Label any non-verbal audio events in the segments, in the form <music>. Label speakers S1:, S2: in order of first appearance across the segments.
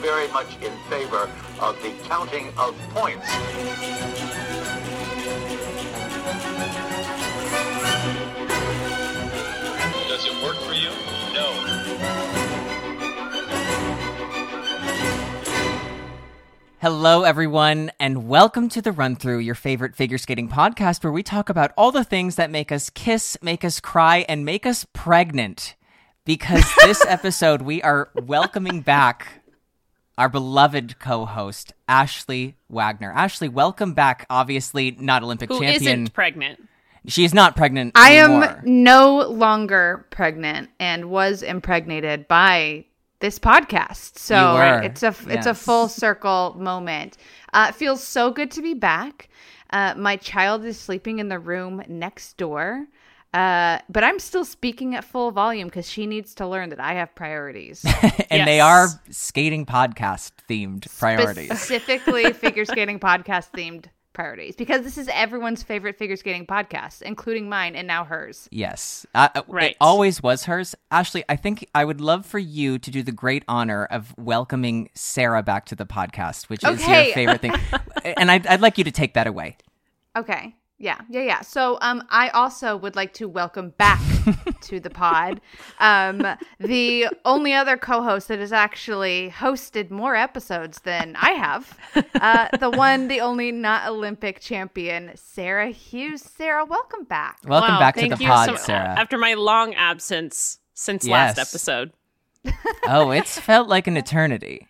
S1: very much in favor of the counting of points.
S2: Does it work for you? No.
S3: Hello, everyone, and welcome to the Run Through, your favorite figure skating podcast, where we talk about all the things that make us kiss, make us cry, and make us pregnant. Because this episode, we are welcoming back our beloved co host, Ashley Wagner. Ashley, welcome back. Obviously, not Olympic
S4: Who
S3: champion.
S4: not pregnant.
S3: she is not pregnant.
S5: I am
S3: anymore.
S5: no longer pregnant and was impregnated by this podcast.
S3: You
S5: So
S3: were,
S5: it's a it's a
S3: yes.
S5: full circle moment. Uh, it feels so good to be back. Uh, my child is sleeping in the room next door. Uh, but I'm still speaking at full volume because she needs to learn that I have priorities.
S3: <laughs> and they
S4: Yes.
S3: are skating podcast themed <laughs> priorities. <laughs>
S5: Specifically, figure skating podcast themed priorities because this is everyone's favorite figure skating podcast, including mine and now hers.
S3: Yes. Uh, uh, It
S4: Right.
S3: always was hers. Ashley, I think I would love for you to do the great honor of welcoming Sarah back to the podcast, which is your
S5: Okay.
S3: favorite
S4: <laughs>
S3: thing. and I'd, I'd like you to take that away.
S5: Okay. Yeah. Yeah. Yeah. So, um, I also would like to welcome back to the pod, um, the only other co-host that has actually hosted more episodes than I have, uh, the one, the only not Olympic champion, Sarah Hughes. Sarah, welcome back.
S3: Welcome
S4: Wow,
S3: back to
S4: thank
S3: the
S4: you
S3: pod,
S4: so- <laughs>
S3: Sarah.
S4: After my long absence since last
S3: Yes.
S4: episode.
S3: oh, it's felt like an eternity.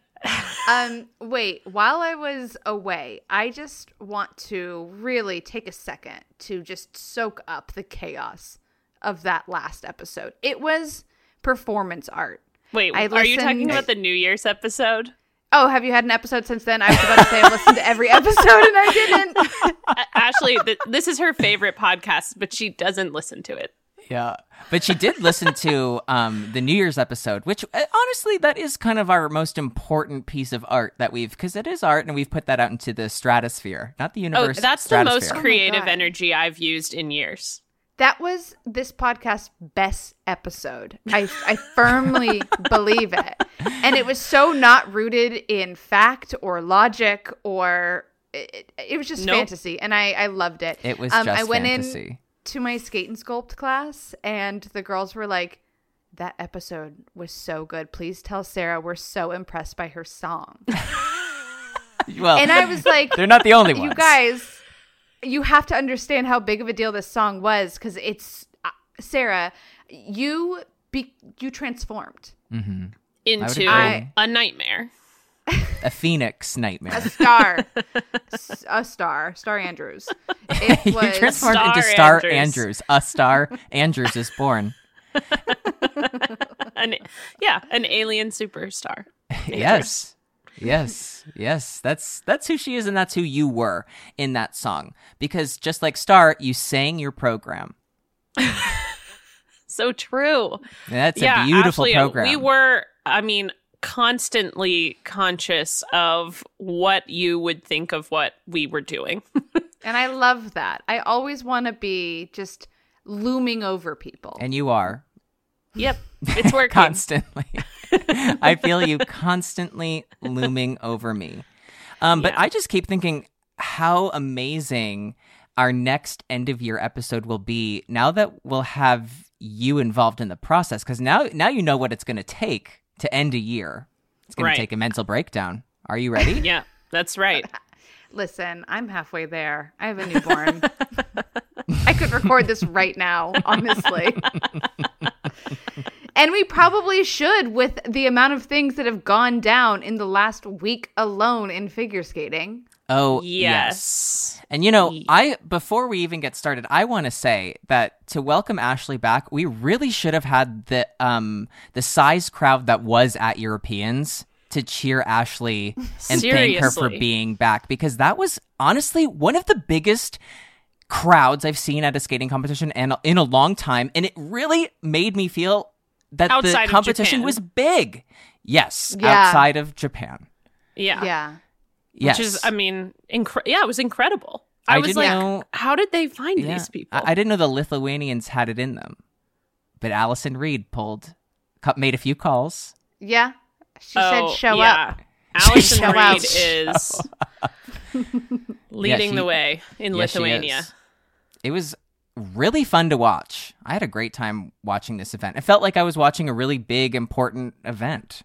S5: Um, wait, while I was away, I just want to really take a second to just soak up the chaos of that last episode. It was performance art.
S4: Wait,
S5: I
S4: are you talking
S5: listened-
S4: about the New Year's episode?
S5: Oh, have you had an episode since then? I was about to say I listened to every episode and I didn't.
S4: A- <laughs> Ashley, th- this is her favorite podcast, but she doesn't listen to it.
S3: Yeah. But she did listen to um, the New Year's episode, which uh, honestly, that is kind of our most important piece of art that we've, because it is art and we've put that out into the stratosphere, not the
S4: Oh,
S3: universe.
S4: that's the most
S3: stratosphere.
S4: creative
S5: God.
S4: energy I've used in years.
S5: That was this podcast's best episode. I, I firmly believe it. And it was so not rooted in fact or logic or it, it was just
S4: Nope.
S5: fantasy. And I, I loved it.
S3: It was
S5: Um,
S3: just
S5: I went
S3: fantasy.
S5: in to my skate and sculpt class and the girls were like, that episode was so good. Please tell Sarah we're so impressed by her song.
S3: Well,
S5: And I was like,
S3: <laughs> they're not the only ones.
S5: you guys you have to understand how big of a deal this song was because it's uh, sarah you be you transformed
S4: Into
S3: agree.
S4: a nightmare. <laughs>
S3: a phoenix nightmare.
S5: a star S- a star star andrews
S3: <laughs>
S5: it
S3: you
S5: was
S3: transformed
S4: Star
S3: into Star Andrews.
S4: Andrews.
S3: A
S4: <laughs>
S3: Star Andrews is born.
S4: An, yeah, an alien superstar.
S3: yes. Yes. Yes. That's that's who she is and that's who you were in that song. Because just like Star, you sang your program.
S4: So true.
S3: And that's a beautiful
S4: actually,
S3: program.
S4: uh, We were, I mean, constantly conscious of what you would think of what we
S3: <laughs>
S4: were doing.
S5: and i love that i always want to be just looming over people
S3: and you are
S4: yep, it's working.
S3: constantly.
S4: <laughs>
S3: <laughs> I feel you constantly looming over me. Um, But
S4: Yeah.
S3: I just keep thinking how amazing our next end of year episode will be now that we'll have you involved in the process because now now you know what it's going to take to end a year. It's going
S4: Right.
S3: to take a mental breakdown. Are you ready?
S4: Yeah, that's right.
S5: listen i'm halfway there i have a newborn <laughs> i could record this right now honestly and we probably should with the amount of things that have gone down in the last week alone in figure skating
S3: Oh
S4: Yes.
S3: And you know,
S4: Ye-
S3: I before we even get started, I want to say that to welcome Ashley back, we really should have had the um the size crowd that was at Europeans to cheer Ashley
S4: <laughs>
S3: and thank her for
S4: Seriously.
S3: being back because that was honestly one of the biggest crowds I've seen at a skating competition and in a long time and it really made me feel that
S4: Outside
S3: the
S4: of
S3: competition
S4: Japan.
S3: was big. Yes,
S5: Yeah.
S3: outside of Japan.
S4: Yeah.
S5: yeah
S3: Yes.
S4: Which is, I mean, incre- yeah, it was incredible.
S3: I
S4: I, was
S3: didn't
S4: like,
S3: know-
S4: how did they find
S3: Yeah.
S4: these people?
S3: I, I didn't know the Lithuanians had it in them, but Allison Reed pulled, cu- made a few calls.
S5: yeah she
S4: Oh,
S5: said show
S4: yeah.
S5: up
S4: Allison
S3: shall
S4: Reed
S3: <laughs>
S5: out.
S4: is leading
S3: she-
S4: the way in
S3: Yes, she
S4: Lithuania.
S3: is. It was really fun to watch. I had a great time watching this event. It felt like I was watching a really big, important event,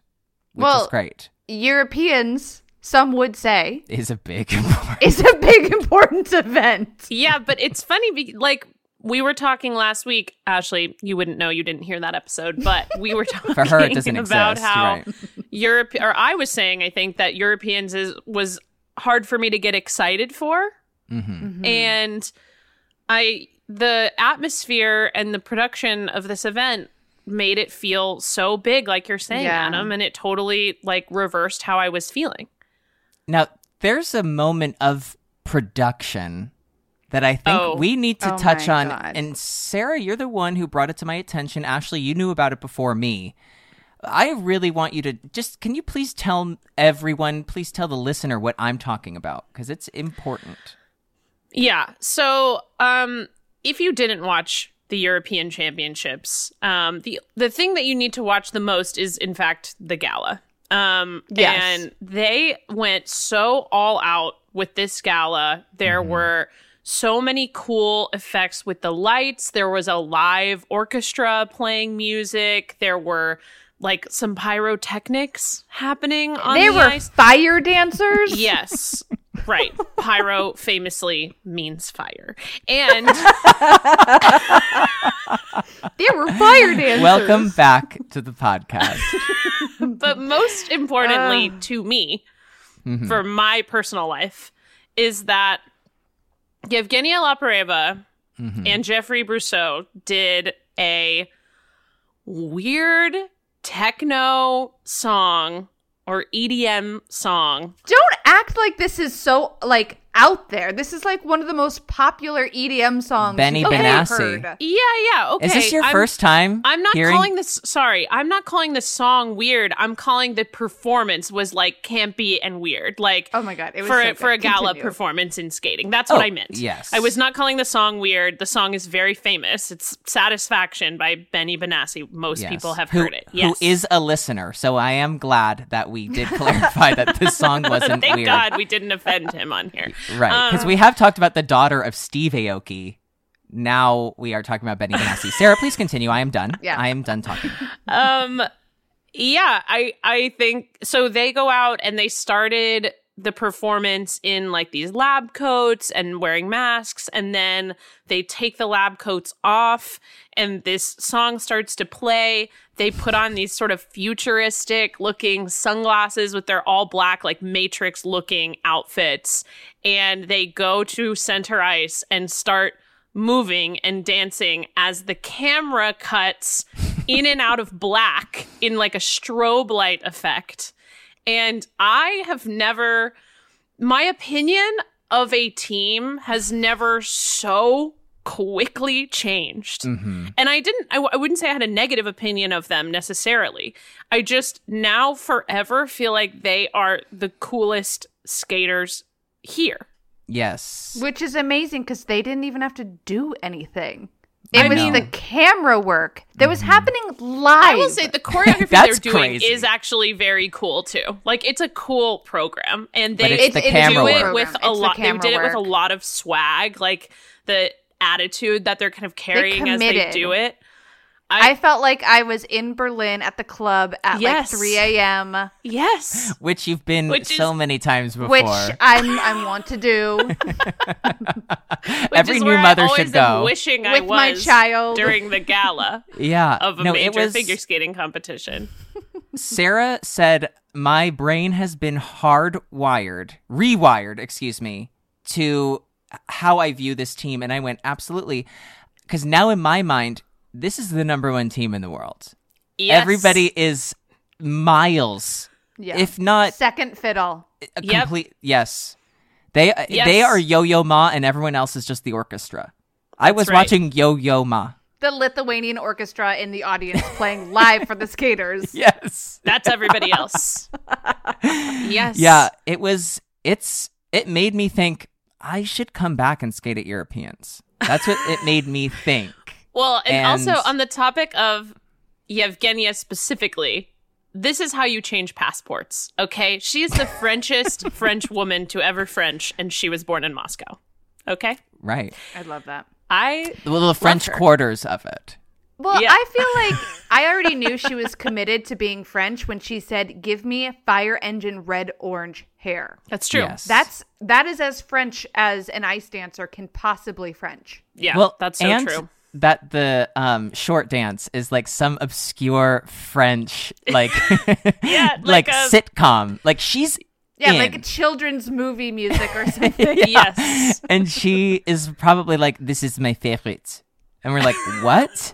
S3: which
S5: Well-
S3: is great.
S5: Europeans, some would say,
S3: It is a big, <laughs> important.
S5: is a big important event.
S4: <laughs> Yeah, but it's funny. Be- like we were talking last week, Ashley. You wouldn't know. You didn't hear that episode, but we were <laughs> talking
S3: For her, it doesn't
S4: about
S3: exist.
S4: how
S3: You're right.
S4: Europe, or I was saying, I think that Europeans is was hard for me to get excited for,
S3: hmm
S4: and I the atmosphere and the production of this event made it feel so big, like you're saying,
S5: Yeah.
S4: Adam, and it totally like reversed how I was feeling.
S3: Now, there's a moment of production that I think
S4: Oh.
S3: we need to
S5: Oh
S3: touch
S5: my
S3: on.
S5: God.
S3: And Sarah, you're the one who brought it to my attention. Ashley, you knew about it before me. I really want you to just can you please tell everyone, please tell the listener what I'm talking about because it's important.
S4: <laughs> Yeah. So, um, if you didn't watch the European Championships, um, the the thing that you need to watch the most is, in fact, the gala. Um,
S5: Yes.
S4: And they went so all out with this gala. There
S5: Mm-hmm.
S4: were so many cool effects with the lights. There was a live orchestra playing music. There were like some pyrotechnics happening on
S5: They
S4: the
S5: were
S4: ice.
S5: fire dancers.
S4: Yes. Right. Pyro famously means fire.
S3: <laughs>
S4: And
S5: They were fire
S3: <laughs>
S5: dancers.
S3: Welcome back to the podcast.
S4: but most importantly
S3: Ah.
S4: to me,
S3: Mhm.
S4: for my personal life, is that Yevgenia Lapareva
S3: Mhm.
S4: and Jeffrey Brousseau did a weird techno song or EDM song.
S5: Don't act like this is so like out there. This is like one of the most popular EDM songs.
S3: Benny
S5: you've ever
S3: Benassi.
S5: heard. E-
S4: Yeah, yeah. Okay.
S3: Is this your
S4: I'm-
S3: first time?
S4: I'm not
S3: hearing-
S4: calling this sorry, I'm not calling the song weird. I'm calling the performance was like campy and weird. Like
S5: Oh my god, it was
S4: for
S5: so
S4: a,
S5: good.
S4: for a gala
S5: Continue.
S4: performance in skating. That's
S3: Oh,
S4: what I meant.
S3: yes.
S4: I was not calling the song weird. The song is very famous. It's Satisfaction by Benny Benassi. Most
S3: Yes.
S4: people have
S3: Who-
S4: heard it. Yes.
S3: Who is a listener, so I am glad that we
S4: <laughs>
S3: did clarify that this song wasn't
S4: Thank
S3: weird.
S4: God we didn't offend him on
S3: <laughs>
S4: here.
S3: Right,
S4: Um,
S3: because we have talked about the daughter of Steve Aoki. Now we are talking about Benny Benassi. Sarah, please continue. I am
S4: <laughs>
S3: done.
S5: Yeah.
S3: I am done talking.
S4: um yeah i i think so they go out and they started the performance in like these lab coats and wearing masks and then they take the lab coats off and this song starts to play they put on these sort of futuristic looking sunglasses with their all black like matrix looking outfits and they go to center ice and start moving and dancing as the camera cuts in and out of black in like a strobe light effect. And I have never, my opinion of a team has never so quickly changed.
S3: Mm. Mm-hmm.
S4: And I didn't, I, w- I wouldn't say I had a negative opinion of them necessarily. I just now forever feel like they are the coolest skaters here.
S3: Yes.
S5: Which is amazing because they didn't even have to do anything.
S3: I
S5: It was
S3: know. Mm-hmm.
S5: the camera work that was happening live.
S4: I will <laughs> say the choreography they're
S3: That's
S4: doing
S3: crazy.
S4: is actually very cool too. Like it's a cool program, and
S3: But
S4: they
S3: it's the
S4: do
S3: camera
S4: it
S3: work.
S4: with
S5: It's
S4: a
S5: the
S4: lot. They
S5: camera
S4: did it with a
S5: work.
S4: lot of swag, like the attitude that they're kind of carrying as they
S5: committed.
S4: do it.
S5: I felt like I was in Berlin at the club at
S4: Yes.
S5: like 3 a.m.,
S4: Yes,
S3: Which you've been
S4: Which is-
S3: so many times before.
S5: which
S4: <laughs>
S5: I'm I want
S3: <laughs>
S5: to do
S4: Which
S3: Every
S4: is
S3: new
S4: where I
S3: mother
S4: always
S3: should go.
S4: Am wishing I
S5: with my
S4: was
S5: child.
S4: during the gala
S3: yeah.
S4: of a
S3: no,
S4: major
S3: it was.
S4: figure skating competition.
S3: Sarah said, My brain has been hardwired, rewired, excuse me, to how I view this team. And I went, Absolutely. Because now in my mind, this is the number one team in the world.
S4: Yes.
S3: Everybody is miles,
S5: yeah.
S3: if not
S5: second fiddle.
S3: a
S4: Yep.
S3: complete. Yes. They, uh,
S4: Yes.
S3: they are Yo Yo Ma, and everyone else is just the orchestra. I was
S4: right.
S3: watching Yo Yo Ma.
S5: The Lithuanian orchestra in the audience playing live
S3: <laughs>
S5: for the skaters.
S3: Yes.
S4: That's everybody
S3: <laughs>
S4: else. yes.
S3: Yeah, it was. It's. It made me think I should come back and skate at Europeans. That's what it made me
S4: <laughs>
S3: think.
S4: Well, and,
S3: And-
S4: also on the topic of Yevgenia specifically, this is how you change passports, okay? She is the
S3: <laughs>
S4: Frenchest French woman to ever French, and she was born in Moscow, okay?
S3: Right.
S5: I love that.
S4: I
S3: The little French
S4: her.
S3: quarters of it.
S5: Well,
S4: Yeah.
S5: I feel like I already knew she was committed to being French when she said, "Give me fire engine red orange hair."
S4: that's true.
S3: Yes.
S5: That's that is as French as an ice dancer can possibly French.
S4: yeah,
S3: well,
S4: that's so
S3: and <laughs>
S4: true.
S3: That the um, short dance is like some obscure French like
S4: <laughs>
S3: <laughs>
S4: Yeah,
S3: like,
S4: like a-
S3: sitcom. Like she's
S5: Yeah,
S3: in.
S5: like a children's movie music or something.
S4: Yes.
S3: and she is probably like, "This is my favorite," and we're like, "What?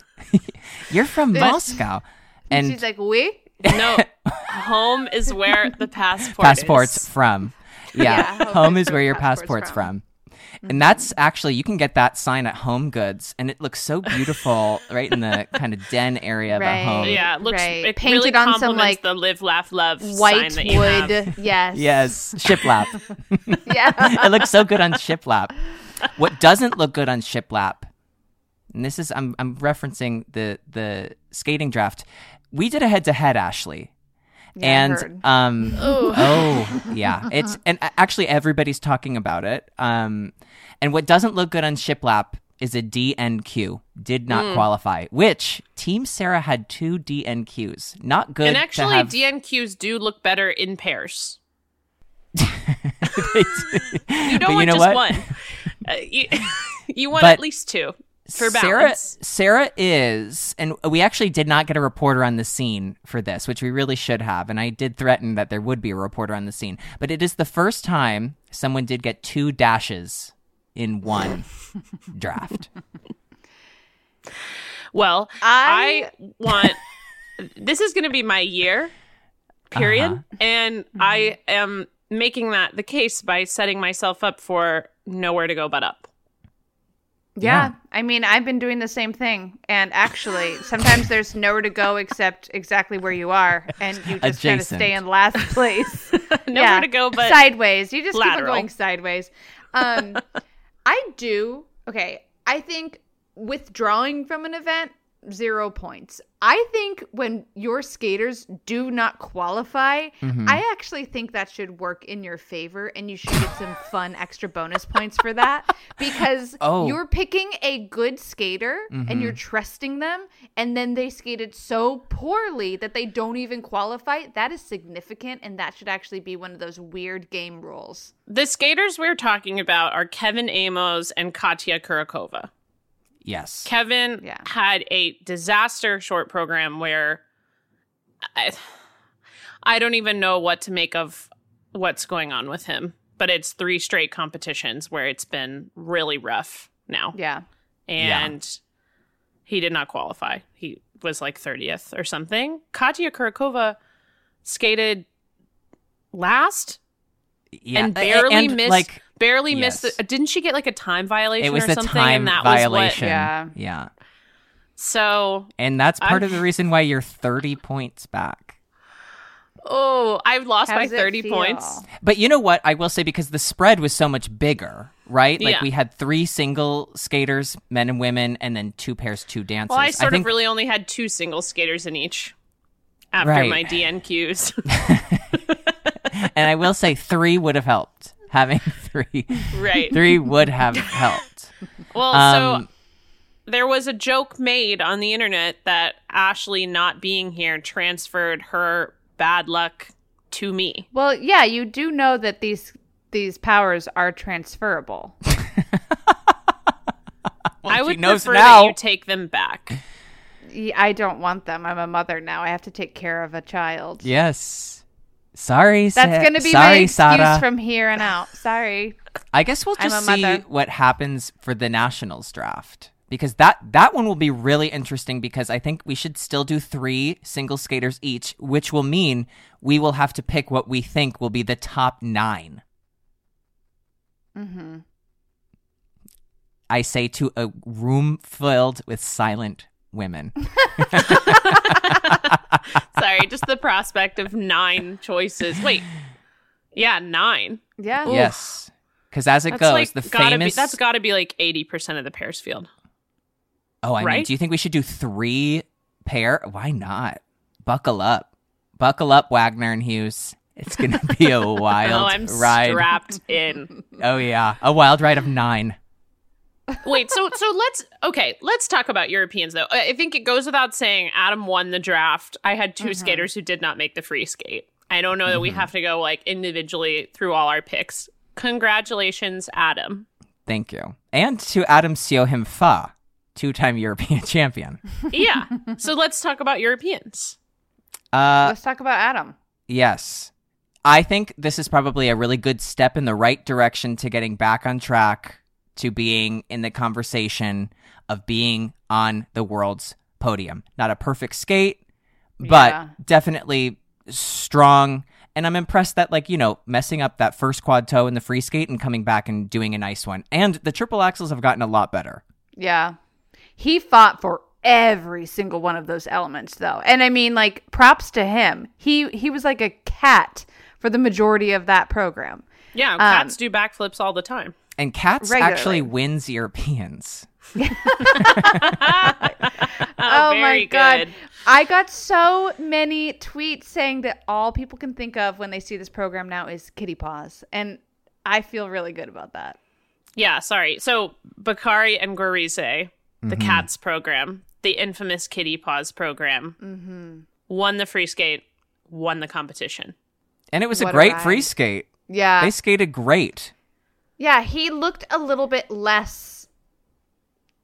S3: <laughs> You're from Moscow?" <laughs> And
S5: She's like, "We."
S4: No, home is
S3: <laughs>
S4: where the passport
S3: passports
S4: is. <laughs>
S3: from. Yeah,
S5: Yeah,
S3: home is where your
S5: passport's
S3: passport's from.
S4: Mm-hmm.
S3: And that's actually you can get that sign at Home Goods, and it looks so beautiful, right in
S4: <laughs>
S3: the kind of den area of
S5: Right.
S3: a home.
S4: Yeah, it looks
S5: Right.
S4: it
S5: Painted
S4: really
S5: on some,
S4: complements
S5: like,
S4: the live, laugh, love
S5: White
S4: sign that you have.
S5: wood. Yes.
S3: Yes, shiplap.
S5: <laughs> Yeah.
S3: it looks so good on shiplap. What doesn't look good on shiplap, and this is I'm I'm referencing the the skating draft. We did a head to head, Ashley,
S5: Yeah, I heard.
S3: and um oh yeah, it's and a- actually everybody's talking about it. Um, and what doesn't look good on shiplap is a DNQ did not qualify. Which Team Sarah had two DNQs, not good.
S4: And
S3: to
S4: actually,
S3: have-
S4: DNQs do look better in pairs.
S3: you
S4: You don't
S3: but
S4: want
S3: you know
S4: just
S3: what? <laughs>
S4: one. Uh, you, <laughs> you want
S3: But
S4: at least two for balance.
S3: Sarah, Sarah is, and we actually did not get a reporter on the scene for this, which we really should have. And I did threaten that there would be a reporter on the scene, but it is the first time someone did get two dashes in
S4: <laughs>
S3: one draft.
S4: Well, I,
S5: I-
S4: want this is going to be my year,
S3: Uh-huh.
S4: period. And I am making that the case by setting myself up for nowhere to go but up. <laughs>
S5: Yeah.
S3: Yeah.
S5: I mean, I've been doing the same thing. And actually, sometimes there's nowhere to go except exactly where you are. And you just kind of
S3: Adjacent.
S5: stay in last
S3: <laughs>
S5: place.
S4: Nowhere to go but
S5: sideways. You just keep on
S4: lateral.
S5: going sideways. Um, I do. Okay. I think withdrawing from an event, zero points. I think when your skaters do not qualify, I actually think that should work in your favor and you should get some fun extra bonus points for that because
S3: Oh.
S5: you're picking a good skater and you're trusting them and then they skated so poorly that they don't even qualify. That is significant and that should actually be one of those weird game rules.
S4: The skaters we're talking about are Kevin Amos and Katya Kurakova.
S3: Yes.
S4: Kevin
S5: Yeah.
S4: had a disaster short program where I, I don't even know what to make of what's going on with him, but it's three straight competitions where it's been really rough now.
S5: Yeah.
S3: Yeah.
S4: And he did not qualify. He was like 30th or something. Katya Kurakova skated last
S3: yeah.
S4: and barely
S3: and,
S4: missed
S3: Like,
S4: barely missed
S3: yes.
S4: the, didn't she get like a time violation
S3: it was
S4: or
S3: the
S4: something
S3: time
S4: and that was what
S3: violation.
S5: Yeah.
S3: yeah.
S4: so
S3: And that's part
S4: I'm-
S3: of the reason why you're 30 points back.
S4: oh i've lost
S5: How
S4: by
S5: does it
S4: 30
S5: feel?
S4: points
S3: But you know what? I will say because the spread was so much bigger, right? Like
S4: Yeah.
S3: we had three single skaters, men and women, and then two pairs, two dancers.
S4: well i sort
S3: think,
S4: of really only had two single skaters in each after
S3: Right.
S4: my dnqs
S3: and I will say three would have helped. Having <laughs> three,
S4: <laughs> right
S3: three would have helped.
S4: well
S3: Um,
S4: so there was a joke made on the internet that ashley not being here transferred her bad luck to me
S5: Well, yeah, you do know that these these powers are transferable.
S4: i
S3: she
S4: would
S3: knows
S4: prefer
S3: now.
S4: that you take them back
S5: Y- I don't want them. I'm a mother now. I have to take care of a child.
S3: yes. Sorry, Sa-
S5: That's going to be
S3: sorry,
S5: my excuse
S3: Sarah.
S5: from here and out. Sorry.
S3: I guess we'll
S5: I'm
S3: just
S5: a
S3: see
S5: mother.
S3: what happens for the nationals draft because that that one will be really interesting because I think we should still do three single skaters each, which will mean we will have to pick what we think will be the top nine.
S4: Mm-hmm.
S5: Mhm.
S3: I say to a room filled with silent
S4: <laughs>
S3: women.
S4: Sorry, just the prospect
S3: <laughs>
S4: of nine choices. Wait, yeah, nine.
S5: Yeah.
S3: Yes, because as it
S4: That's
S3: goes,
S4: like
S3: the
S4: gotta
S3: famous.
S4: Be, that's got to be like eighty percent of the pairs field.
S3: oh, I mean,
S4: right?
S3: do you think we should do three pair? Why not? Buckle up, Buckle up, Wagner and Hughes. It's
S4: <laughs>
S3: gonna be a wild
S4: Oh, I'm
S3: ride.
S4: strapped in.
S3: Oh yeah, a wild ride of nine.
S4: Wait, so so let's okay, let's talk about Europeans though. I I think it goes without saying Adam won the draft. I had
S5: Mm-hmm.
S4: 2 skaters who did not make the free skate. I don't know that we have to go like individually through all our picks. Congratulations, Adam.
S3: Thank you. And to Adam Siohim Fa, two-time European <laughs> champion.
S5: <laughs>
S4: Yeah. so let's talk about Europeans.
S3: Uh,
S5: Let's talk about Adam.
S3: Yes. I think this is probably a really good step in the right direction to getting back on track to being in the conversation of being on the world's podium. Not a perfect skate, but
S5: Yeah.
S3: definitely strong. And I'm impressed that, like, you know, messing up that first quad toe in the free skate and coming back and doing a nice one. And the triple axles have gotten a lot better.
S5: Yeah. He fought for every single one of those elements though. And I mean like props to him. He he was like a cat for the majority of that program.
S4: Yeah,
S5: Um,
S4: cats do backflips all the time.
S3: And Katz
S5: Regularly.
S3: actually wins Europeans.
S4: <laughs>
S5: Oh,
S4: very
S5: my god.
S4: good.
S5: I got so many tweets saying that all people can think of when they see this program now is kitty paws and I feel really good about that.
S4: Yeah, sorry. So Bakari and Gorise, the
S5: Mm-hmm.
S4: cats program, the infamous kitty paws program,
S5: Mm-hmm.
S4: won the free skate, won the competition.
S3: And it was a
S5: What a
S3: great
S5: ride. Uh,
S3: free skate.
S5: Yeah.
S3: They skated great.
S5: Yeah, he looked a little bit less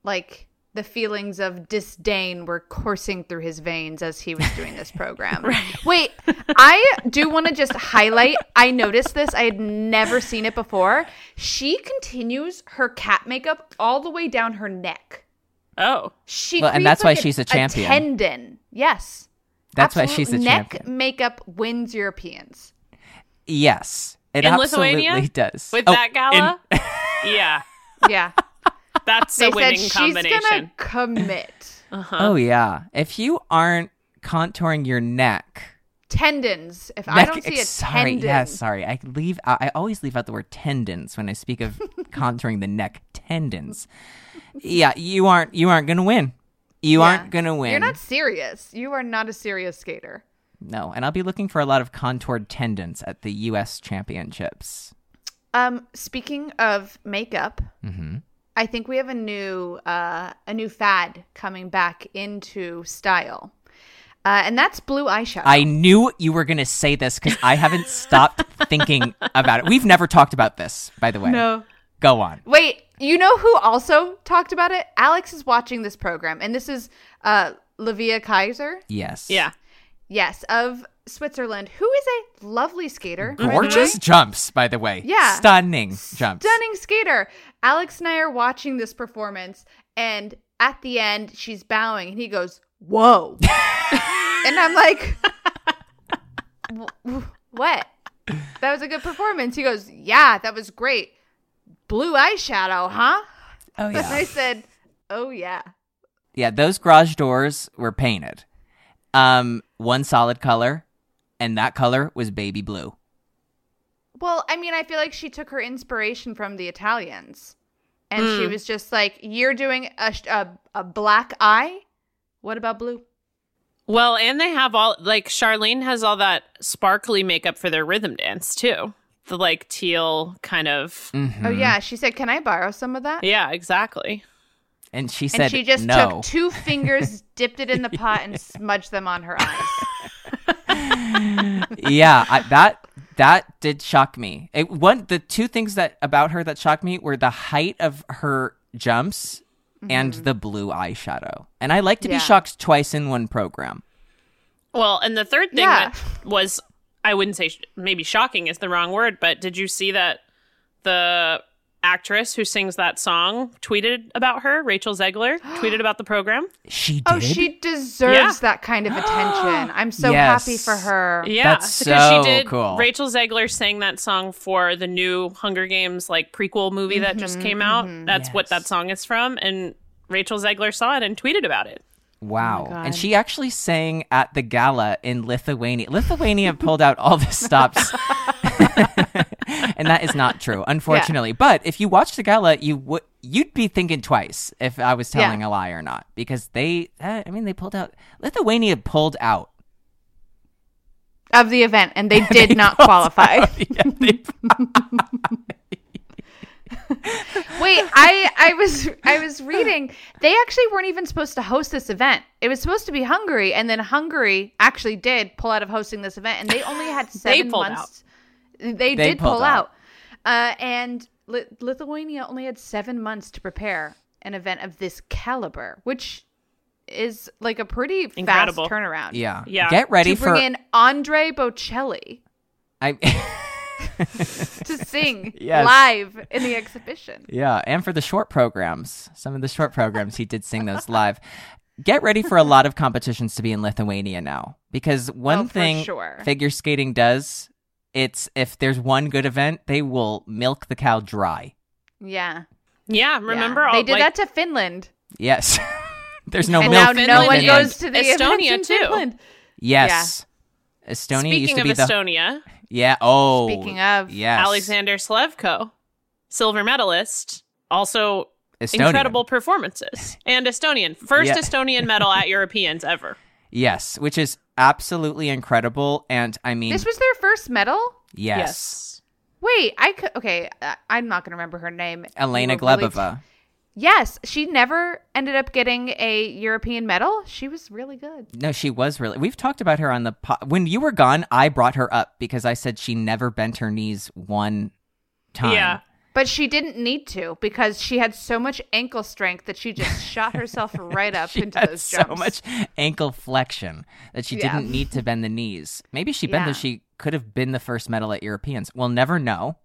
S5: like the feelings of disdain were coursing through his veins as he was doing this program. Wait, I do want to just highlight I noticed this. I had never seen it before. She continues her cat makeup all the way down her neck.
S4: Oh,
S5: She
S3: Well, and
S5: creates
S3: that's why
S5: like an-
S3: she's a champion.
S5: tendon. Yes.
S3: That's why
S5: Absolute
S3: she's the
S5: neck
S3: champion.
S5: makeup wins Europeans.
S3: Yes, it
S4: in
S3: absolutely
S4: Lithuania
S3: does.
S4: with
S3: Oh,
S4: that gala.
S3: in-
S4: <laughs> yeah,
S5: Yeah.
S3: <laughs>
S4: that's
S5: They
S4: a winning
S5: said she's
S4: combination.
S5: gonna commit.
S4: Uh-huh.
S3: oh yeah, if you aren't contouring your neck,
S5: tendons. If I
S3: neck-
S5: don't see
S3: ex-
S5: a
S3: sorry,
S5: tendon,
S3: yeah, sorry. I leave. out- I always leave out the word tendons when I speak
S5: <laughs>
S3: of contouring the neck tendons. Yeah, you aren't. You aren't gonna win. You
S5: Yeah.
S3: aren't gonna win.
S5: you're not serious. You are not a serious skater.
S3: No, and I'll be looking for a lot of contoured tendons at the U.S. Championships.
S5: Um, speaking of makeup,
S3: Mm-hmm.
S5: I think we have a new uh, a new fad coming back into style, uh, and that's blue eyeshadow.
S3: I knew you were gonna say this because I haven't
S5: <laughs>
S3: stopped thinking about it. We've never talked about this, by the way.
S5: no.
S3: Go on.
S5: Wait, you know who also talked about it? Alex is watching this program, and this is uh, Lavia Kaiser.
S3: Yes.
S4: yeah,
S5: Yes, of Switzerland, who is a lovely skater. by the way.
S3: Gorgeous jumps, by the way.
S5: Mm-hmm. Yeah.
S3: Stunning jumps.
S5: stunning skater. Alex and I are watching this performance, and at the end, she's bowing, and he goes,
S3: <laughs>
S5: "Whoa!" and I'm like, "Wh- "What? That was a good performance." He goes, "Yeah, that was great. Blue eyeshadow, huh?"
S3: Oh,
S5: And I
S3: yeah.
S5: said, "Oh yeah."
S3: yeah, those garage doors were painted. Um, one solid color, and that color was baby
S5: Oh,
S3: blue.
S5: Well, I mean, I feel like she took her inspiration from the Italians, and
S3: Hmm.
S5: she was just like, "You're doing a, sh- a a black eye. What about blue?"
S4: well, and they have all like Charlene has all that sparkly makeup for their rhythm dance too. The like teal kind of
S5: Oh
S3: Mm-hmm. Hmm.
S5: yeah, she said, "Can I borrow some of that?"
S4: yeah, exactly.
S3: And she said,
S5: and she just
S3: no.
S5: took two fingers, dipped it in the pot, and smudged them on her
S3: <laughs>
S5: eyes.
S3: <laughs> yeah, I, that that did shock me. It one the two things that about her that shocked me were the height of her jumps and the blue eyeshadow. And I like to
S5: Mm-hmm. Yeah.
S3: be shocked twice in one program.
S4: Well, and the third thing
S5: Yeah.
S4: that was I wouldn't say sh- maybe shocking is the wrong word, but did you see that the actress who sings that song tweeted about her, Rachel
S5: <gasps>
S4: Zegler, tweeted about the program?
S3: She did.
S5: Oh, she deserves
S4: Yeah.
S5: that kind of
S3: <gasps>
S5: attention. I'm so
S3: Yes.
S5: happy for her.
S4: Yeah,
S3: That's
S4: because
S3: so
S4: she did,
S3: cool.
S4: Rachel Zegler sang that song for the new Hunger Games like prequel movie that just
S5: Mm-hmm,
S4: came out. That's what that song is from, and Rachel Zegler saw it and tweeted about it.
S5: Oh
S3: Wow. and she actually sang at the gala in Lithuania. Lithuania <laughs> pulled out all the stops. <laughs> and that is not
S5: <laughs>
S3: true, unfortunately. But if you watched the gala, you would you'd be thinking twice if I was telling a lie or not because they uh, I mean they pulled out Lithuania pulled out.
S5: of the event,
S3: <laughs>
S5: and they did not qualify.
S3: yeah,
S5: <laughs>
S3: they- <laughs>
S5: Wait, I I was I was reading they actually weren't even supposed to host this event. It was supposed to be Hungary, and then Hungary actually did pull out of hosting this event, and they only
S4: <laughs>
S5: had seven
S4: pulled
S5: months. They,
S3: They
S5: did pull
S3: pulled
S5: out,
S3: out.
S5: Uh, and Li- Lithuania only had seven months to prepare an event of this caliber, which is like a pretty
S4: Incredible.
S5: fast turnaround.
S3: yeah.
S4: Yeah.
S3: Get ready
S5: to
S3: for
S5: bring in Andre Bocelli
S3: I <laughs>
S5: to sing
S3: Yes.
S5: live in
S3: <laughs>
S5: the exhibition.
S3: Yeah, and for the short programs. Some of the short programs he did sing those live. Get ready for a lot of competitions to be in Lithuania now because one
S5: Oh, for
S3: thing
S5: sure.
S3: figure skating does, it's if there's one good event, they will milk the cow dry.
S5: Yeah,
S4: Yeah, remember
S5: yeah.
S4: all
S5: they did
S4: like,
S5: that to Finland.
S3: Yes. <laughs> there's no
S5: and now
S3: milk.
S4: Finland.
S5: no
S3: in
S5: one
S3: Finland.
S5: goes to the
S4: Estonia,
S5: events in
S4: too.
S5: Finland.
S3: Yes. Estonia used
S4: Speaking
S3: to
S4: of
S3: be the
S4: Estonia,
S3: Yeah, oh.
S5: Speaking of
S3: yes.
S4: Alexander Slevko, silver medalist, also
S3: Estonian.
S4: incredible performances, and Estonian, first
S3: Yeah.
S4: Estonian medal at Europeans ever.
S3: Yes, which is absolutely incredible and I mean
S5: This was their first medal.
S3: <laughs> yes.
S5: Wait, I could. Okay, uh, I'm not gonna remember her name.
S3: Elena
S5: You were really
S3: Glebova.
S5: t- yes, she never ended up getting a European medal. She was really good.
S3: No, she was really. We've talked about her on the po- when you were gone. I brought her up because I said she never bent her knees one time. <laughs>
S4: Yeah.
S5: But she didn't need to because she had so much ankle strength that
S3: <laughs>
S5: she just shot herself right up into
S3: Had
S5: those
S3: so
S5: jumps.
S3: much ankle flexion that she
S5: Yeah.
S3: didn't need to bend the knees. Maybe she bent the.
S5: Yeah.
S3: She could have been the first medal at Europeans. We'll never know.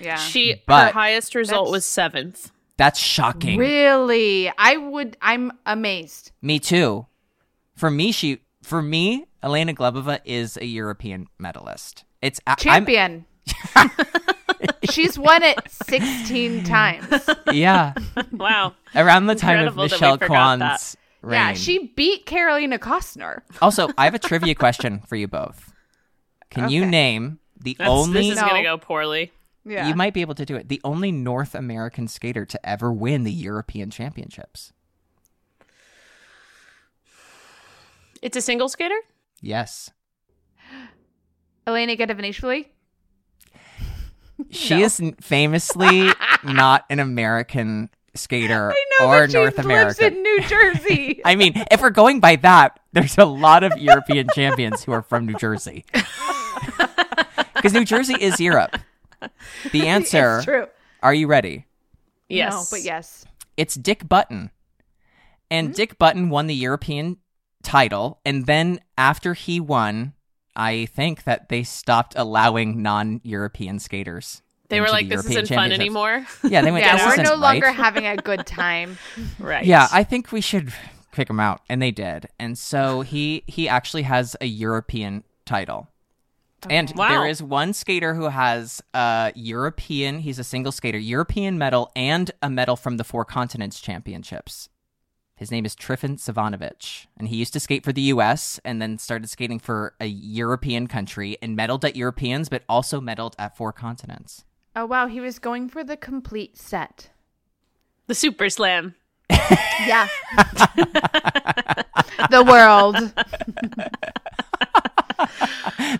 S5: Yeah.
S4: She her
S3: But-
S4: highest result
S5: That's-
S4: was seventh.
S3: That's shocking.
S5: Really? I would I'm amazed.
S3: Me too. For me, she. For me, Elena Glebova is a European medalist. It's I- I'm- <laughs>
S5: Champion. She's won it
S3: <laughs>
S5: 16 times. <laughs>
S3: yeah,
S4: Wow.
S3: around the time
S4: Incredible
S3: of
S4: that we
S3: Michelle
S4: forgot that.
S3: Kwan's reign.
S5: Yeah, she beat Carolina Costner.
S3: Also, I have a trivia question for you both. Can you
S5: Okay.
S3: name the
S4: That's,
S3: only
S4: this is
S5: No.
S4: gonna go poorly.
S5: Yeah.
S3: you might be able to do it. The only North American skater to ever win the European Championships.
S4: It's a single skater.
S3: Yes.
S5: Elena Gedvinishvili?
S3: She is n-
S5: <laughs>
S3: famously not an American skater
S5: No,
S3: or
S5: but she
S3: North
S5: lives
S3: American.
S5: in New Jersey.
S3: <laughs> I mean, if we're going by that, there's a lot of European champions who are from New
S5: <laughs>
S3: Jersey. <laughs> Because New Jersey is Europe. The
S5: <laughs> It's
S3: answer,
S5: true.
S3: are you ready?
S4: Yes.
S5: No, but yes.
S3: it's Dick Button. And
S4: Hmm.
S3: Dick Button won the European title. And then after he won, I think that they stopped allowing non European skaters.
S4: They were
S3: into
S4: like,
S3: the
S4: "This
S3: European
S4: isn't fun
S3: championships."
S4: <laughs> anymore."
S3: Yeah, they went,
S5: Yeah,
S3: "This
S5: we're
S3: isn't
S5: no
S3: right." <laughs>
S5: longer having a good time.
S4: right.
S3: Yeah, I think we should kick him out. And they did. And so he, he actually has a European title. And
S4: Wow.
S3: there is one skater who has a European, he's a single skater, European medal and a medal from the Four Continents Championships. His name is Trifin Savanovich, and he used to skate for the US and then started skating for a European country and medaled at Europeans, but also medaled at Four Continents. <laughs>
S5: Oh wow, he was going for the complete set.
S4: the Super Slam.
S5: Yeah. <laughs> the
S3: <laughs>
S5: world.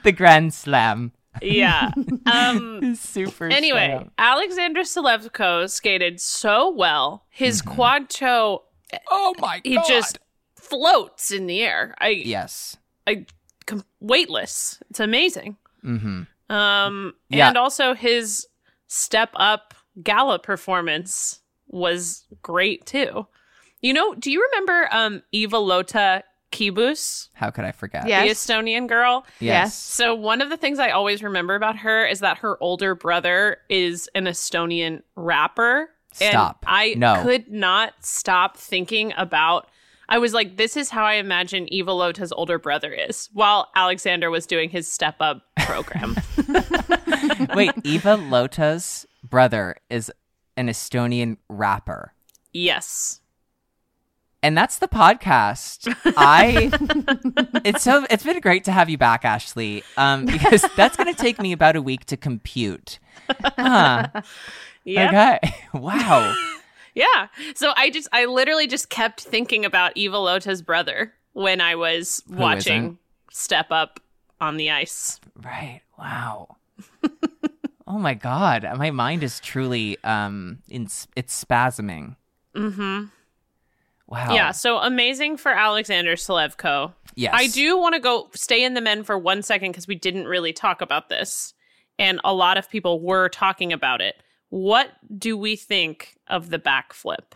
S3: The Grand Slam.
S4: <laughs> Yeah. um.
S3: Super.
S4: Anyway,
S3: Slam.
S4: Alexander Selevko skated so well. His quad toe,
S3: Oh my
S4: he
S3: God.
S4: just floats in the air. I,
S3: Yes.
S4: I com- weightless. It's amazing.
S3: Mm-hmm.
S4: Um,
S3: Yeah.
S4: and also his step up gala performance was great too. You know, do you remember um Eva Lota Kibus,
S3: How could I forget?
S5: Yeah. Yes.
S4: the Estonian girl? <laughs>
S5: Yes.
S4: So one of the things I always remember about her is that her older brother is an Estonian rapper.
S3: Stop.
S4: And I
S3: No.
S4: could not stop thinking about I was like, this is how I imagine Eva Lota's older brother is while Alexander was doing his step up
S3: <laughs>
S4: program.
S3: Wait, Eva Lota's brother is an Estonian rapper.
S4: yes.
S3: And that's the podcast.
S4: <laughs>
S3: I it's so it's been great to have you back, Ashley.
S4: <laughs>
S3: Um, because that's gonna take me about a week to compute. Huh.
S4: Yeah.
S3: Okay. <laughs> Wow.
S4: Yeah. So I just I literally just kept thinking about Eva Lota's brother when I was watching
S3: isn't?
S4: step up on the ice.
S3: Right. Wow. oh my god, my mind is truly um in it's spasming.
S4: Mm-hmm.
S3: Wow.
S4: Yeah, so amazing for Alexander Selevko.
S3: Yes.
S4: I do want to go stay in the men for one second because we didn't really talk about this. And a lot of people were talking about it. What do we think of the backflip?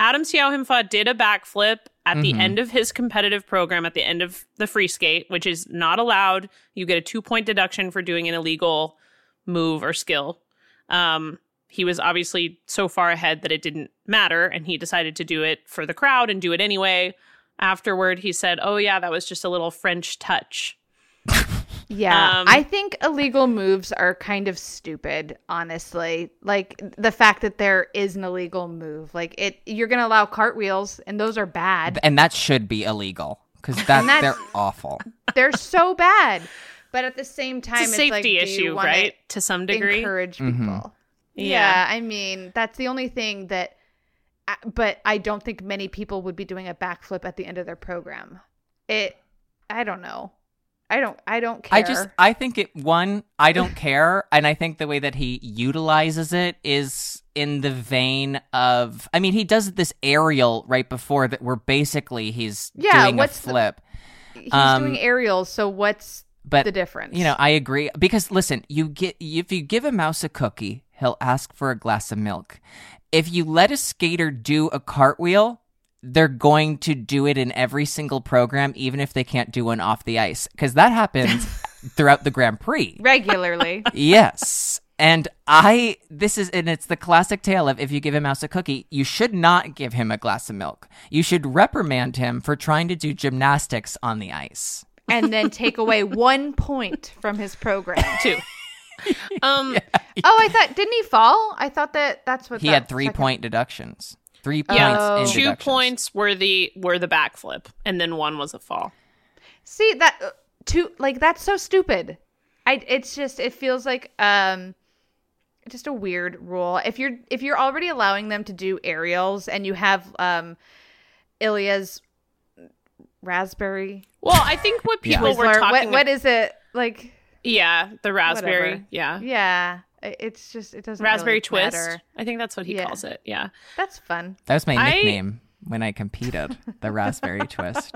S4: Adam Himfa did a backflip at the
S3: Mhm.
S4: end of his competitive program, at the end of the free skate, which is not allowed. You get a two point deduction for doing an illegal move or skill. Um, he was obviously so far ahead that it didn't matter, and he decided to do it for the crowd and do it anyway. Afterward, he said, Oh, yeah, that was just a little French touch.
S5: Yeah.
S4: Um,
S5: I think illegal moves are kind of stupid, honestly. Like the fact that there is an illegal move. Like it you're going to allow cartwheels and those are bad.
S3: and that should be illegal because that
S5: that's-
S3: they're awful.
S5: They're so bad. But at the same time
S4: It's a
S5: it's, like, do
S4: safety
S5: you
S4: issue,
S5: wanna
S4: right? To some degree.
S5: encourage people.
S3: Mhm.
S5: Yeah. I mean, that's the only thing that I- but I don't think many people would be doing a backflip at the end of their program. It I don't know. I don't I don't care.
S3: I just I think it one I don't care and I think the way that he utilizes it is in the vein of I mean he does this aerial right before that where basically he's
S5: Yeah,
S3: doing
S5: what's
S3: a
S5: the-
S3: flip
S5: He's
S3: um,
S5: doing aerials, so what's
S3: but
S5: the difference?
S3: you know I agree because listen you get if you give a mouse a cookie he'll ask for a glass of milk if you let a skater do a cartwheel they're going to do it in every single program even if they can't do one off the ice cuz that happens throughout the Grand Prix <laughs>
S5: regularly.
S3: yes. And I, this is, and it's the classic tale of if you give a mouse a cookie, you should not give him a glass of milk. You should reprimand him for trying to do gymnastics on the ice.
S5: and then take away one point from his program. <laughs>
S4: Two. um,
S5: Oh, I thought didn't he fall? I thought that that's what
S3: He
S5: that
S3: had three
S5: second-
S3: point deductions. Three
S4: Yeah,
S3: points.
S5: Oh.
S3: in
S4: two
S3: deductions.
S4: points were the were the backflip, and then one was a fall.
S5: See that uh, two like that's so stupid. I it's just it feels like um just a weird rule. If you're if you're already allowing them to do aerials and you have um Ilya's raspberry
S4: Well, I think what
S3: Yeah.
S4: people were
S5: Twizzler,
S4: talking
S5: what, what is it like?
S4: yeah, the raspberry,
S5: Whatever.
S4: yeah,
S5: Yeah, it- it's just it doesn't
S4: Uh. raspberry
S5: really
S4: twist.
S5: matter.
S4: I think that's what he
S5: Yeah.
S4: calls it. Yeah,
S5: That's fun.
S3: That was my
S4: I-
S3: nickname when I competed, the
S4: <laughs>
S3: raspberry twist.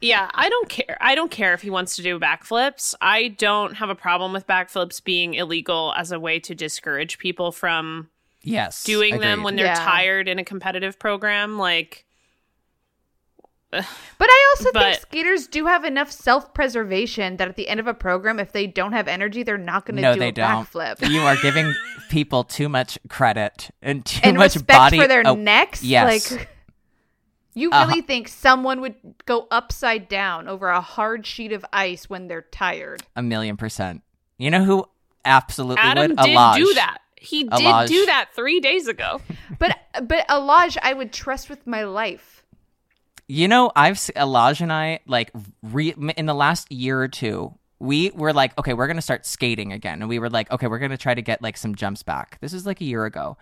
S4: yeah. I don't care. I don't care if he wants to do backflips. I don't have a problem with backflips being illegal as a way to discourage people from
S3: Yes.
S4: doing them
S3: agreed.
S4: when they're
S5: Yeah.
S4: tired in a competitive program. Like,
S5: But I also
S4: But-
S5: think skaters do have enough self-preservation that at the end of a program, if they don't have energy, they're not going to
S3: no,
S5: do
S3: they
S5: a
S3: don't.
S5: backflip.
S3: You are giving people too much credit and too
S5: and
S3: much
S5: respect
S3: body
S5: for their
S3: oh,
S5: necks.
S3: yes.
S5: Like, you
S3: Uh-huh.
S5: really think someone would go upside down over a hard sheet of ice when they're tired?
S3: A million percent. You know who absolutely
S4: Adam
S3: would?
S4: did
S3: Alaj.
S4: do that. He did
S3: Alaj.
S4: do that three days ago.
S3: <laughs>
S5: But but Alaj, I would trust with my life.
S3: You know, I've s- Alaj and I like re- m- in the last year or two. We were like, okay, we're gonna start skating again, and we were like, okay, we're gonna try to get like some jumps back. This is like a year ago,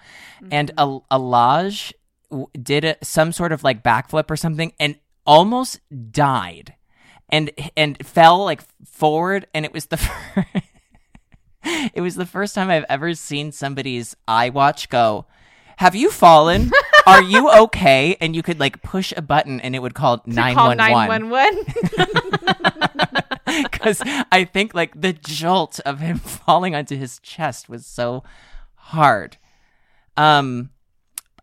S3: and Al- Alaj w- did a, some sort of like backflip or something, and almost died, and and fell like forward, and it was the. <laughs> First, it was the first time I've ever seen somebody's eye watch go, Have you fallen? Are you okay? And you could like push a button and it would call
S5: To call
S3: 911.
S5: 911.
S3: <laughs> Because I think like the jolt of him <laughs> falling onto his chest was so hard. Um,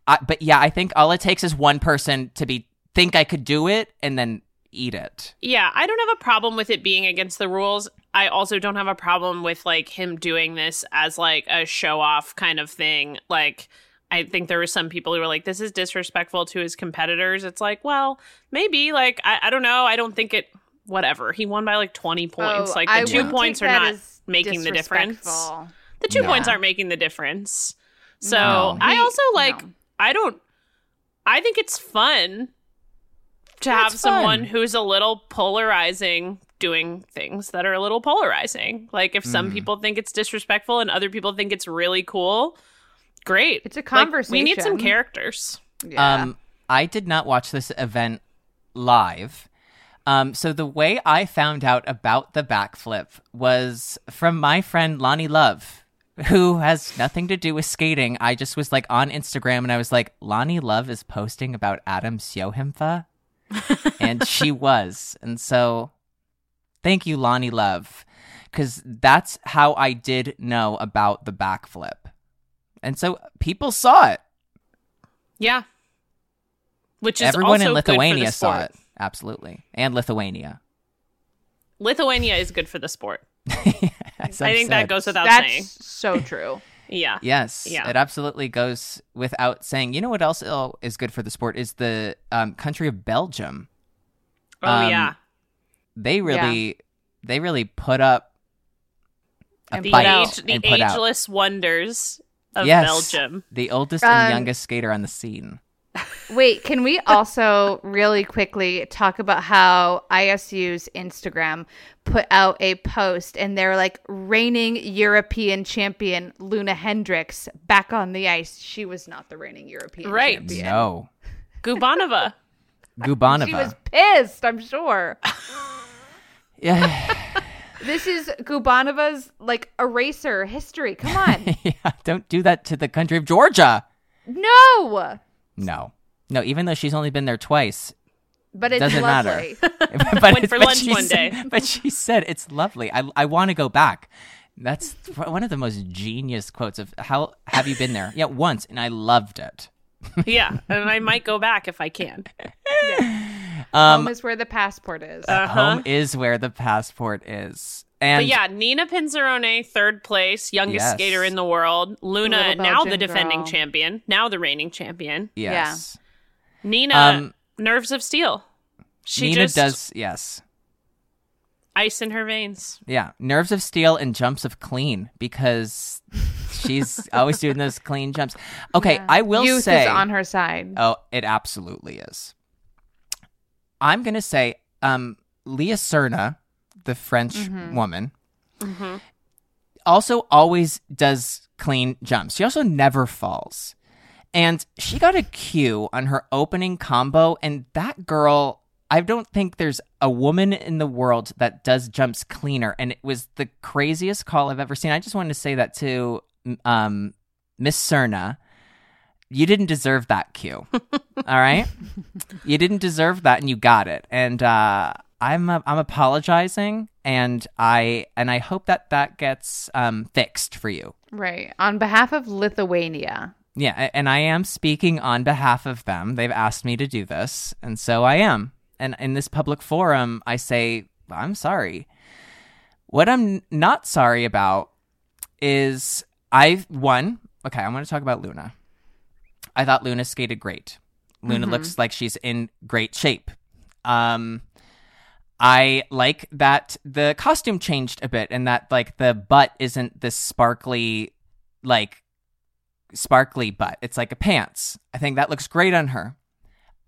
S3: I, but yeah, I think all it takes is one person to be think I could do it and then eat it.
S4: Yeah, I don't have a problem with it being against the rules. I also don't have a problem with like him doing this as like a show off kind of thing. Like I think there were some people who were like this is disrespectful to his competitors. It's like, well, maybe like I, I don't know. I don't think it whatever. He won by like 20 <laughs> points.
S5: Oh,
S4: like
S5: I
S4: the two
S5: wouldn't
S4: points are
S5: take that
S4: not
S5: as
S4: making the difference.
S5: disrespectful.
S4: The two
S3: Yeah.
S4: points aren't making the difference. So,
S3: No.
S4: I
S5: He-
S4: also like
S5: no.
S4: I don't. I think it's fun to
S3: Yeah,
S4: have
S3: it's
S4: someone
S3: fun.
S4: who's a little polarizing doing things that are a little polarizing. Like if some
S3: Mhm.
S4: people think it's disrespectful and other people think it's really cool, great.
S5: It's a
S4: Like, we need some
S5: conversation.
S4: characters.
S5: Yeah.
S3: Um, I did not watch this event live. Um, so the way I found out about the backflip was from my friend Lonnie Love, who has nothing to do with skating. I just was like on Instagram and I was like, Lonnie Love is posting about Adam Siohimfa. and she was. And so thank you, Lonnie Love, because that's how I did know about the backflip. And so people saw it.
S4: Yeah. Which is
S3: Everyone in
S4: also good for the
S3: Lithuania saw
S4: sport.
S3: it. Absolutely. And Lithuania. <laughs>
S4: Lithuania is good for the sport.
S3: As
S4: I
S3: I've said.
S4: think that goes without
S5: That's
S4: saying.
S5: so true.
S4: Yeah.
S3: Yes,
S4: Yeah.
S3: it absolutely goes without saying. You know what else ill- is good for the sport is the um, country of Belgium.
S4: Oh
S3: Um,
S4: yeah.
S3: They really, they really put up a
S5: And
S4: The
S5: put
S3: fight
S4: age, the
S3: and put out
S4: ageless wonders of
S3: Yes.
S4: Belgium.
S3: the oldest and
S5: Um,
S3: youngest skater on the scene.
S5: Wait, can we also really quickly talk about how ISU's Instagram put out a post and they're like reigning European champion Luna Hendricks back on the ice. She was not the reigning European
S4: Right.
S5: champion.
S3: No, <laughs>
S4: Gubanova.
S3: Gubanova.
S5: She was pissed, I'm sure.
S3: <laughs> yeah,
S5: This is Gubanova's like eraser history. Come
S3: <laughs>
S5: on.
S3: yeah, don't do that to the country of Georgia.
S5: no.
S3: No, no. Even though she's only been there twice,
S5: But it's
S3: Doesn't matter.
S5: lovely.
S3: <laughs>
S4: <laughs>
S3: but
S4: Went for lunch
S3: she
S4: one
S3: said-
S4: day.
S3: <laughs> But she said it's lovely. I I want to go back. That's one of the most genius quotes of how have you been there? Yeah, once and I loved it.
S4: yeah. And I might go back if I can.
S3: Um,
S5: Home is where the passport is.
S3: Home is where the passport is. And
S4: Uh-huh. But yeah, Nina Pinzerone, third place, youngest
S3: Yes.
S4: skater in the world. Luna,
S5: Little
S4: now the
S5: Belgian
S4: defending
S5: girl.
S4: champion, now the reigning champion.
S3: yes.
S4: Nina,
S3: Um,
S4: nerves of steel. She
S3: Nina
S4: just
S3: does yes.
S4: ice in her veins.
S3: Yeah. Nerves of steel and jumps of clean because she's
S4: <laughs>
S3: always doing those clean jumps. Okay, I will
S5: Youth
S3: say
S5: is on her side.
S3: Oh, it absolutely is. I'm going to say um, Leah Cerna, the French woman, also always does clean jumps. She also never falls. And she got a cue on her opening combo, and that girl. I don't think there's a woman in the world that does jumps cleaner, and it was the craziest call I've ever seen. I just wanted to say that to um, Miss Cerna, you didn't deserve that cue. All right, you didn't deserve that, and you got it. And uh, I'm I'm apologizing, and I and I hope that that gets um, fixed for you.
S5: Right. On behalf of Lithuania.
S3: Yeah, a- and I am speaking on behalf of them. They've asked me to do this, and so I am. And in this public forum, I say, I'm sorry. What I'm not sorry about is I've one, okay, I want to talk about Luna. I thought Luna skated great. Luna looks like she's in great shape. Um I like that the costume changed a bit and that like the butt isn't this sparkly like sparkly butt. It's like a pants. I think that looks great on her.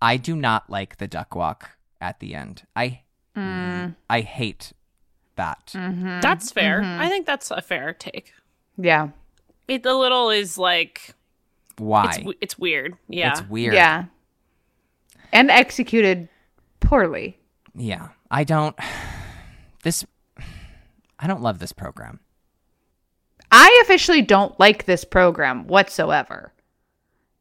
S3: I do not like the duck walk at the end. I
S5: Mm.
S3: I hate that.
S5: Hmm.
S4: That's fair.
S5: Mm-hmm.
S4: I think that's a fair take.
S5: Yeah.
S4: It, the little is like
S3: Why?
S4: it's w- it's weird. Yeah.
S3: It's weird.
S5: Yeah. And executed poorly.
S3: Yeah. I don't this I don't love this program.
S5: I officially don't like this program whatsoever.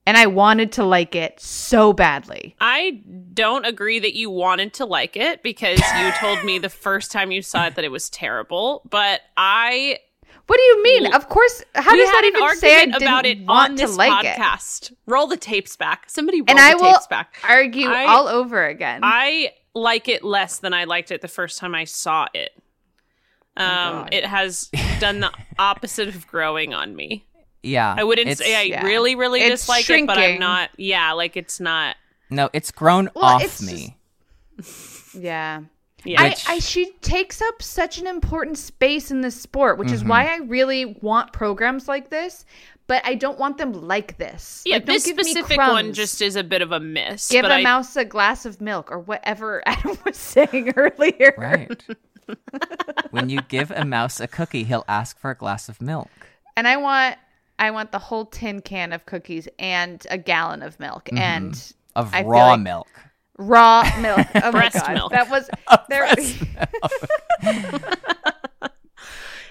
S5: And I wanted to like it so badly.
S4: I don't agree that you wanted to like it because you told
S5: <laughs>
S4: me the first time you saw it that it was terrible, but I
S5: What do you mean? Of course. How
S4: we
S5: does
S4: had
S5: that
S4: an
S5: even say I
S4: argument
S5: didn't
S4: about it
S5: want
S4: on
S5: to
S4: this
S5: like it?
S4: podcast. Roll the tapes back. Somebody roll
S5: And
S4: the
S5: I will
S4: tapes back.
S5: argue
S4: I-
S5: all over again.
S4: I like it less than I liked it the first time I saw it. Um,
S5: God.
S4: it
S5: <laughs>
S4: has done the opposite of growing on me.
S3: Yeah.
S4: I wouldn't
S3: it's-
S4: say I
S5: yeah.
S4: really, really
S5: It's
S4: dislike it, but I'm
S5: shrinking.
S4: not. Yeah, like it's not.
S3: No, it's grown
S5: Well,
S3: off
S5: it's
S3: me.
S5: just- yeah.
S4: Yeah,
S3: Which-
S5: I, I she takes up such an important space in this sport, which is why I really want programs like this, but I don't want them like this.
S4: yeah.
S5: Like, don't
S4: this
S5: give me
S4: specific one
S5: crumbs.
S4: just is a bit of a miss.
S5: give
S4: but
S5: a
S4: I-
S5: mouse a glass of milk or whatever <laughs> Adam was saying <laughs> earlier. <laughs>
S3: Right. when you give a mouse a cookie, he'll ask for a glass of milk.
S5: And I want I want the
S4: Mm-hmm.
S5: whole tin can of cookies and a gallon of milk and
S3: Of
S5: I feel
S3: raw
S5: like-
S3: milk.
S5: raw
S4: <laughs>
S5: milk. Oh
S4: Breast
S5: my god,
S4: milk. <laughs>
S5: that was there. <laughs>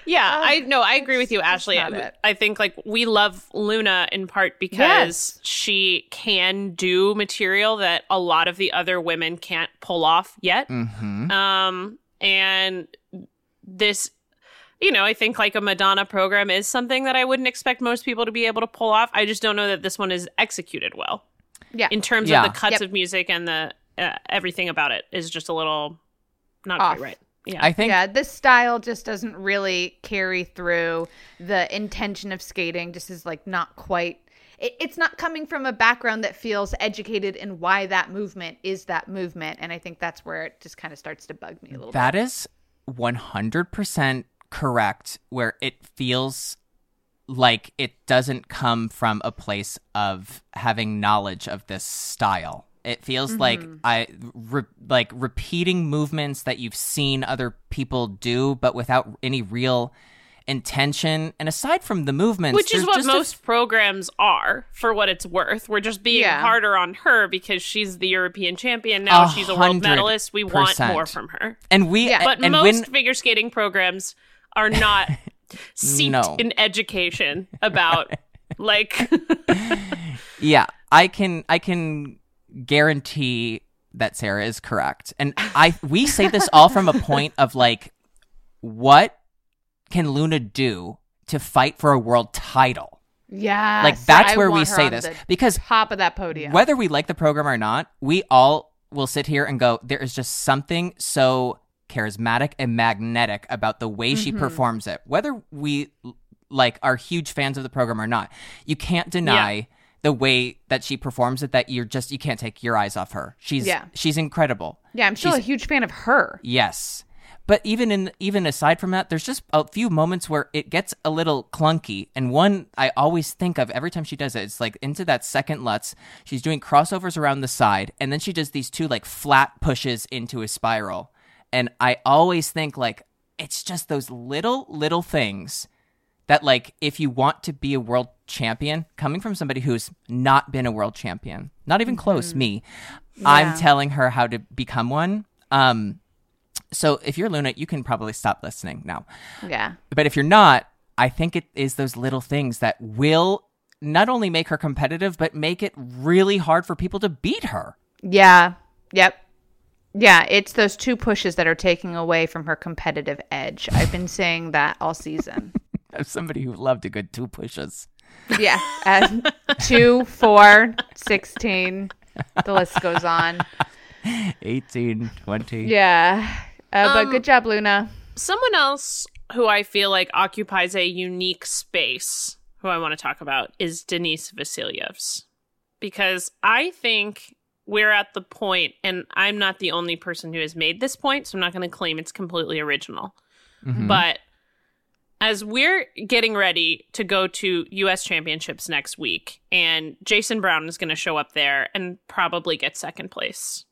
S4: Yeah,
S5: Oh,
S4: I no, I agree with you, Ashley.
S5: not it.
S4: I think like we love Luna in part because she can do material that a lot of the other women can't pull off yet.
S3: Mm-hmm.
S5: Mm.
S4: Um, and this, you know, I think like a Madonna program is something that I wouldn't expect most people to be able to pull off. I just don't know that this one is executed well.
S5: Yeah.
S4: In terms
S3: Yeah.
S4: of the cuts
S5: Yep.
S4: of music and the uh, everything about it is just a little not
S5: Off.
S4: quite right. Yeah.
S3: I think
S5: yeah, this style just doesn't really carry through. The intention of skating just is like not quite. It, it's not coming from a background that feels educated in why that movement is that movement, and I think that's where it just kind of starts to bug me a little.
S3: That is 100% correct, where it feels like it doesn't come from a place of having knowledge of this style. It feels
S4: Mm-hmm.
S3: like I re, like repeating movements that you've seen other people do, but without any real intention. And aside from the movements,
S4: Which is
S3: there's
S4: what
S3: just a-
S4: most programs are, for what it's worth. We're just being
S5: Yeah.
S4: harder on her because she's the European champion now.
S3: A
S4: she's a world
S3: hundred
S4: medalist. We want
S3: percent.
S4: more from her.
S3: and we
S5: Yeah.
S4: But
S3: and
S4: most
S3: when
S4: figure skating programs are not
S3: <laughs>
S4: seeped
S3: No.
S4: in education
S3: <laughs>
S4: about like
S3: Yeah, I can I can guarantee that Sarah is correct. And I we say this all from a point of like what can Luna do to fight for a world title?
S5: Yeah,
S3: Like that's where we say this because
S5: top of that podium.
S3: whether we like the program or not, we all will sit here and go there is just something so charismatic and magnetic about the way she performs it. Whether we like are huge fans of the program or not, you can't deny the way that she performs it that you're just you can't take your eyes off her. She's
S5: Yeah.
S3: she's incredible.
S5: Yeah, I'm still a
S3: She's-
S5: huge fan of her.
S3: Yes. But even in even aside from that, there's just a few moments where it gets a little clunky. And one I always think of every time she does it, it's like into that second Lutz, she's doing crossovers around the side, and then she does these two like flat pushes into a spiral. And I always think like it's just those little little things that like if you want to be a world champion, coming from somebody who's not been a world champion, not even close, me, I'm telling her how to become one. Um, so if you're Luna, you can probably stop listening now.
S5: Yeah,
S3: But if you're not, I think it is those little things that will not only make her competitive, but make it really hard for people to beat her.
S5: yeah, yep, yeah. It's those two pushes that are taking away from her competitive edge. I've been saying that
S3: <laughs>
S5: all season.
S3: As somebody who loved a good two pushes.
S5: Yeah. Uh, two, four, 16. The list goes on.
S3: 18, 20.
S5: Yeah. Uh,
S3: Um,
S5: but good job, Luna.
S4: someone else who I feel like occupies a unique space, who I want to talk about, is Denise Vasilyevs. Because I think we're at the point, and I'm not the only person who has made this point, so I'm not going to claim it's completely original.
S3: Mhm.
S4: But as we're getting ready to go to US championships next week, and Jason Brown is going to show up there and probably get second place,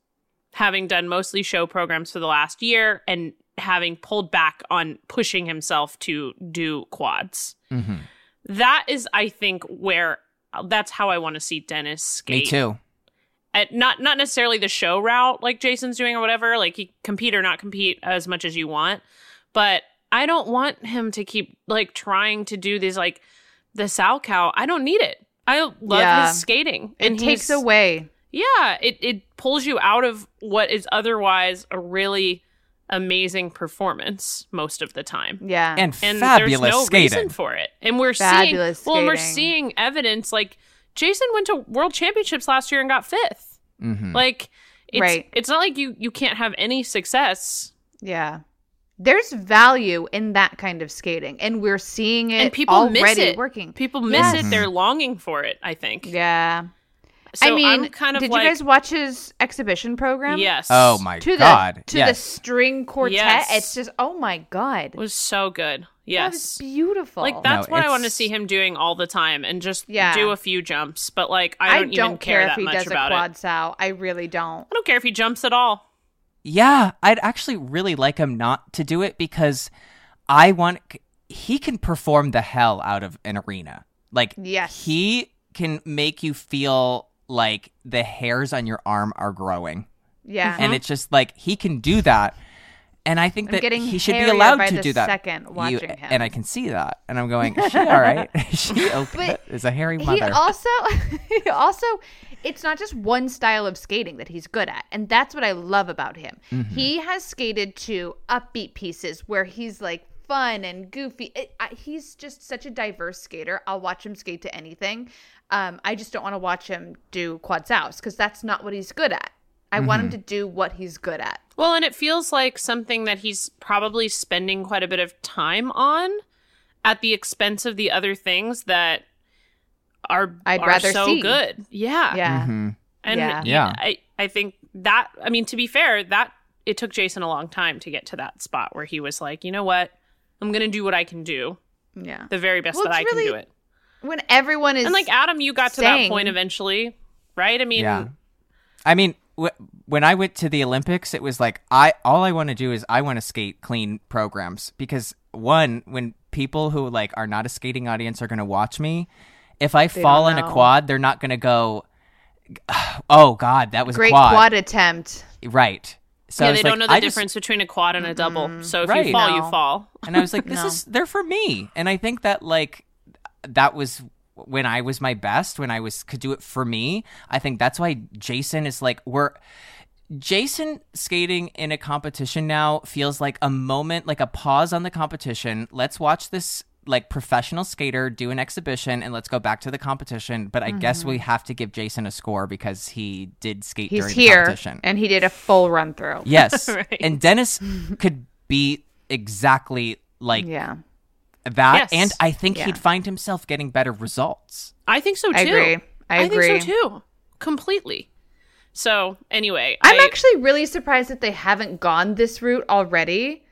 S4: having done mostly show programs for the last year and having pulled back on pushing himself to do quads.
S3: Mhm.
S4: That is, I think, where that's how I want to see Dennis skate
S3: Me too.
S4: at not not necessarily the show route like Jason's doing or whatever, like he compete or not compete as much as you want. But I don't want him to keep like trying to do these like the sow cow. I don't need it. I love
S5: Yeah.
S4: his skating.
S5: It
S4: and
S5: takes
S4: he's-
S5: away.
S4: Yeah, it it pulls you out of what is otherwise a really amazing performance most of the time
S5: Yeah.
S3: And,
S4: and
S3: fabulous
S4: there's no
S3: skating.
S4: reason for it. And we're
S5: Fabulous
S4: seeing well, and we're
S5: skating.
S4: seeing evidence like Jason went to World Championships last year and got fifth.
S3: Mhm.
S4: Like it's
S5: Right.
S4: it's not like you you can't have any success.
S5: yeah. There's value in that kind of skating. And we're seeing it
S4: and people
S5: already
S4: miss it.
S5: working.
S4: People miss
S3: Yes. Hmm.
S4: it. They're longing for it. I think.
S5: yeah.
S4: So
S5: I mean,
S4: I'm kind of
S5: did
S4: like
S5: you guys watch his exhibition program?
S4: yes.
S3: oh my
S5: To the
S3: God.
S5: to the
S3: yes.
S5: string quartet.
S4: Yes.
S5: It's just oh my god.
S4: It was so good.
S5: That
S4: Yes.
S5: was beautiful.
S4: Like that's
S3: No,
S4: what I want to
S3: it's-
S4: see him doing all the time, and just
S5: Yeah.
S4: do a few jumps. But like, I don't, even care,
S5: care,
S4: that
S5: if he
S4: much
S5: does a
S4: about
S5: quad
S4: it.
S5: sow. I really don't.
S4: I don't care if he jumps at all.
S3: Yeah, I'd actually really like him not to do it because I want he can perform the hell out of an arena. Like
S5: Yes.
S3: he can make you feel like the hairs on your arm are growing.
S5: Yeah. Mm-hmm.
S3: and it's just like he can do that and i think
S5: I'm
S3: that
S5: getting
S3: he should be
S5: hairier
S3: allowed
S5: by
S3: to
S5: the
S3: do that
S5: second
S3: You-
S5: watching him.
S3: and i can see that and i'm going is she all right <laughs> Is she okay
S5: <laughs> But
S3: is a hairy
S5: he
S3: mother
S5: also <laughs> he also it's not just one style of skating that he's good at and that's what i love about him
S3: Mm-hmm.
S5: he has skated to upbeat pieces where he's like fun and goofy It- I- he's just such a diverse skater i'll watch him skate to anything um, i just don't want to watch him do quads house because that's not what he's good at i want
S3: Mm-hmm.
S5: him to do what he's good at
S4: Well, and it feels like something that he's probably spending quite a bit of time on at the expense of the other things that are
S5: I'd
S4: are
S5: rather
S4: so
S5: see.
S4: good. Yeah.
S5: yeah
S3: Mhm.
S4: And
S5: Yeah.
S4: you-
S3: Yeah.
S4: I, I think that I mean to be fair, that it took Jason a long time to get to that spot where he was like, you know what? I'm gonna do what I can do,
S3: Mm-hmm.
S5: yeah
S4: the very best
S5: Well,
S4: that
S5: it's
S4: I
S5: really
S4: can do it.
S5: when everyone is
S4: And like Adam, you got to
S5: saying-
S4: that point eventually, right? I mean
S3: yeah i mean wh- when i went to the olympics it was like i all i want to do is i want to skate clean programs because one when people who like are not a skating audience are going to watch me if i fall
S5: don't
S3: in a
S5: know.
S3: quad they're not going to go <sighs> oh god that was a
S5: great
S3: quad.
S5: quad attempt
S3: right so
S4: yeah,
S3: it's
S4: they
S3: like,
S4: don't know the
S3: I just-
S4: difference between a quad and a double. So if
S3: Right.
S4: you fall,
S5: No.
S4: you fall.
S3: And I was
S5: <laughs>
S3: like, this
S5: No.
S3: is, they're for me. And I think that, like, that was when I was my best, when I was, could do it for me. I think that's why Jason is like, we're, Jason skating in a competition now feels like a moment, like a pause on the competition. Let's watch this, like, professional skater do an exhibition and let's go back to the competition. But I guess we have to give Jason a score because he did skate
S5: Mm-hmm.
S3: during
S5: he's
S3: the
S5: here <laughs>
S3: competition.
S5: and he did a full run through
S3: yes.
S4: Right.
S3: And Dennis could be exactly like
S5: yeah
S3: that
S4: Yes.
S3: and i think
S5: Yeah.
S3: he'd find himself getting better results
S4: I think so too.
S5: I agree. I agree.
S4: think so too. Completely. So anyway,
S5: I'm
S4: I-
S5: actually really surprised that they haven't gone this route already,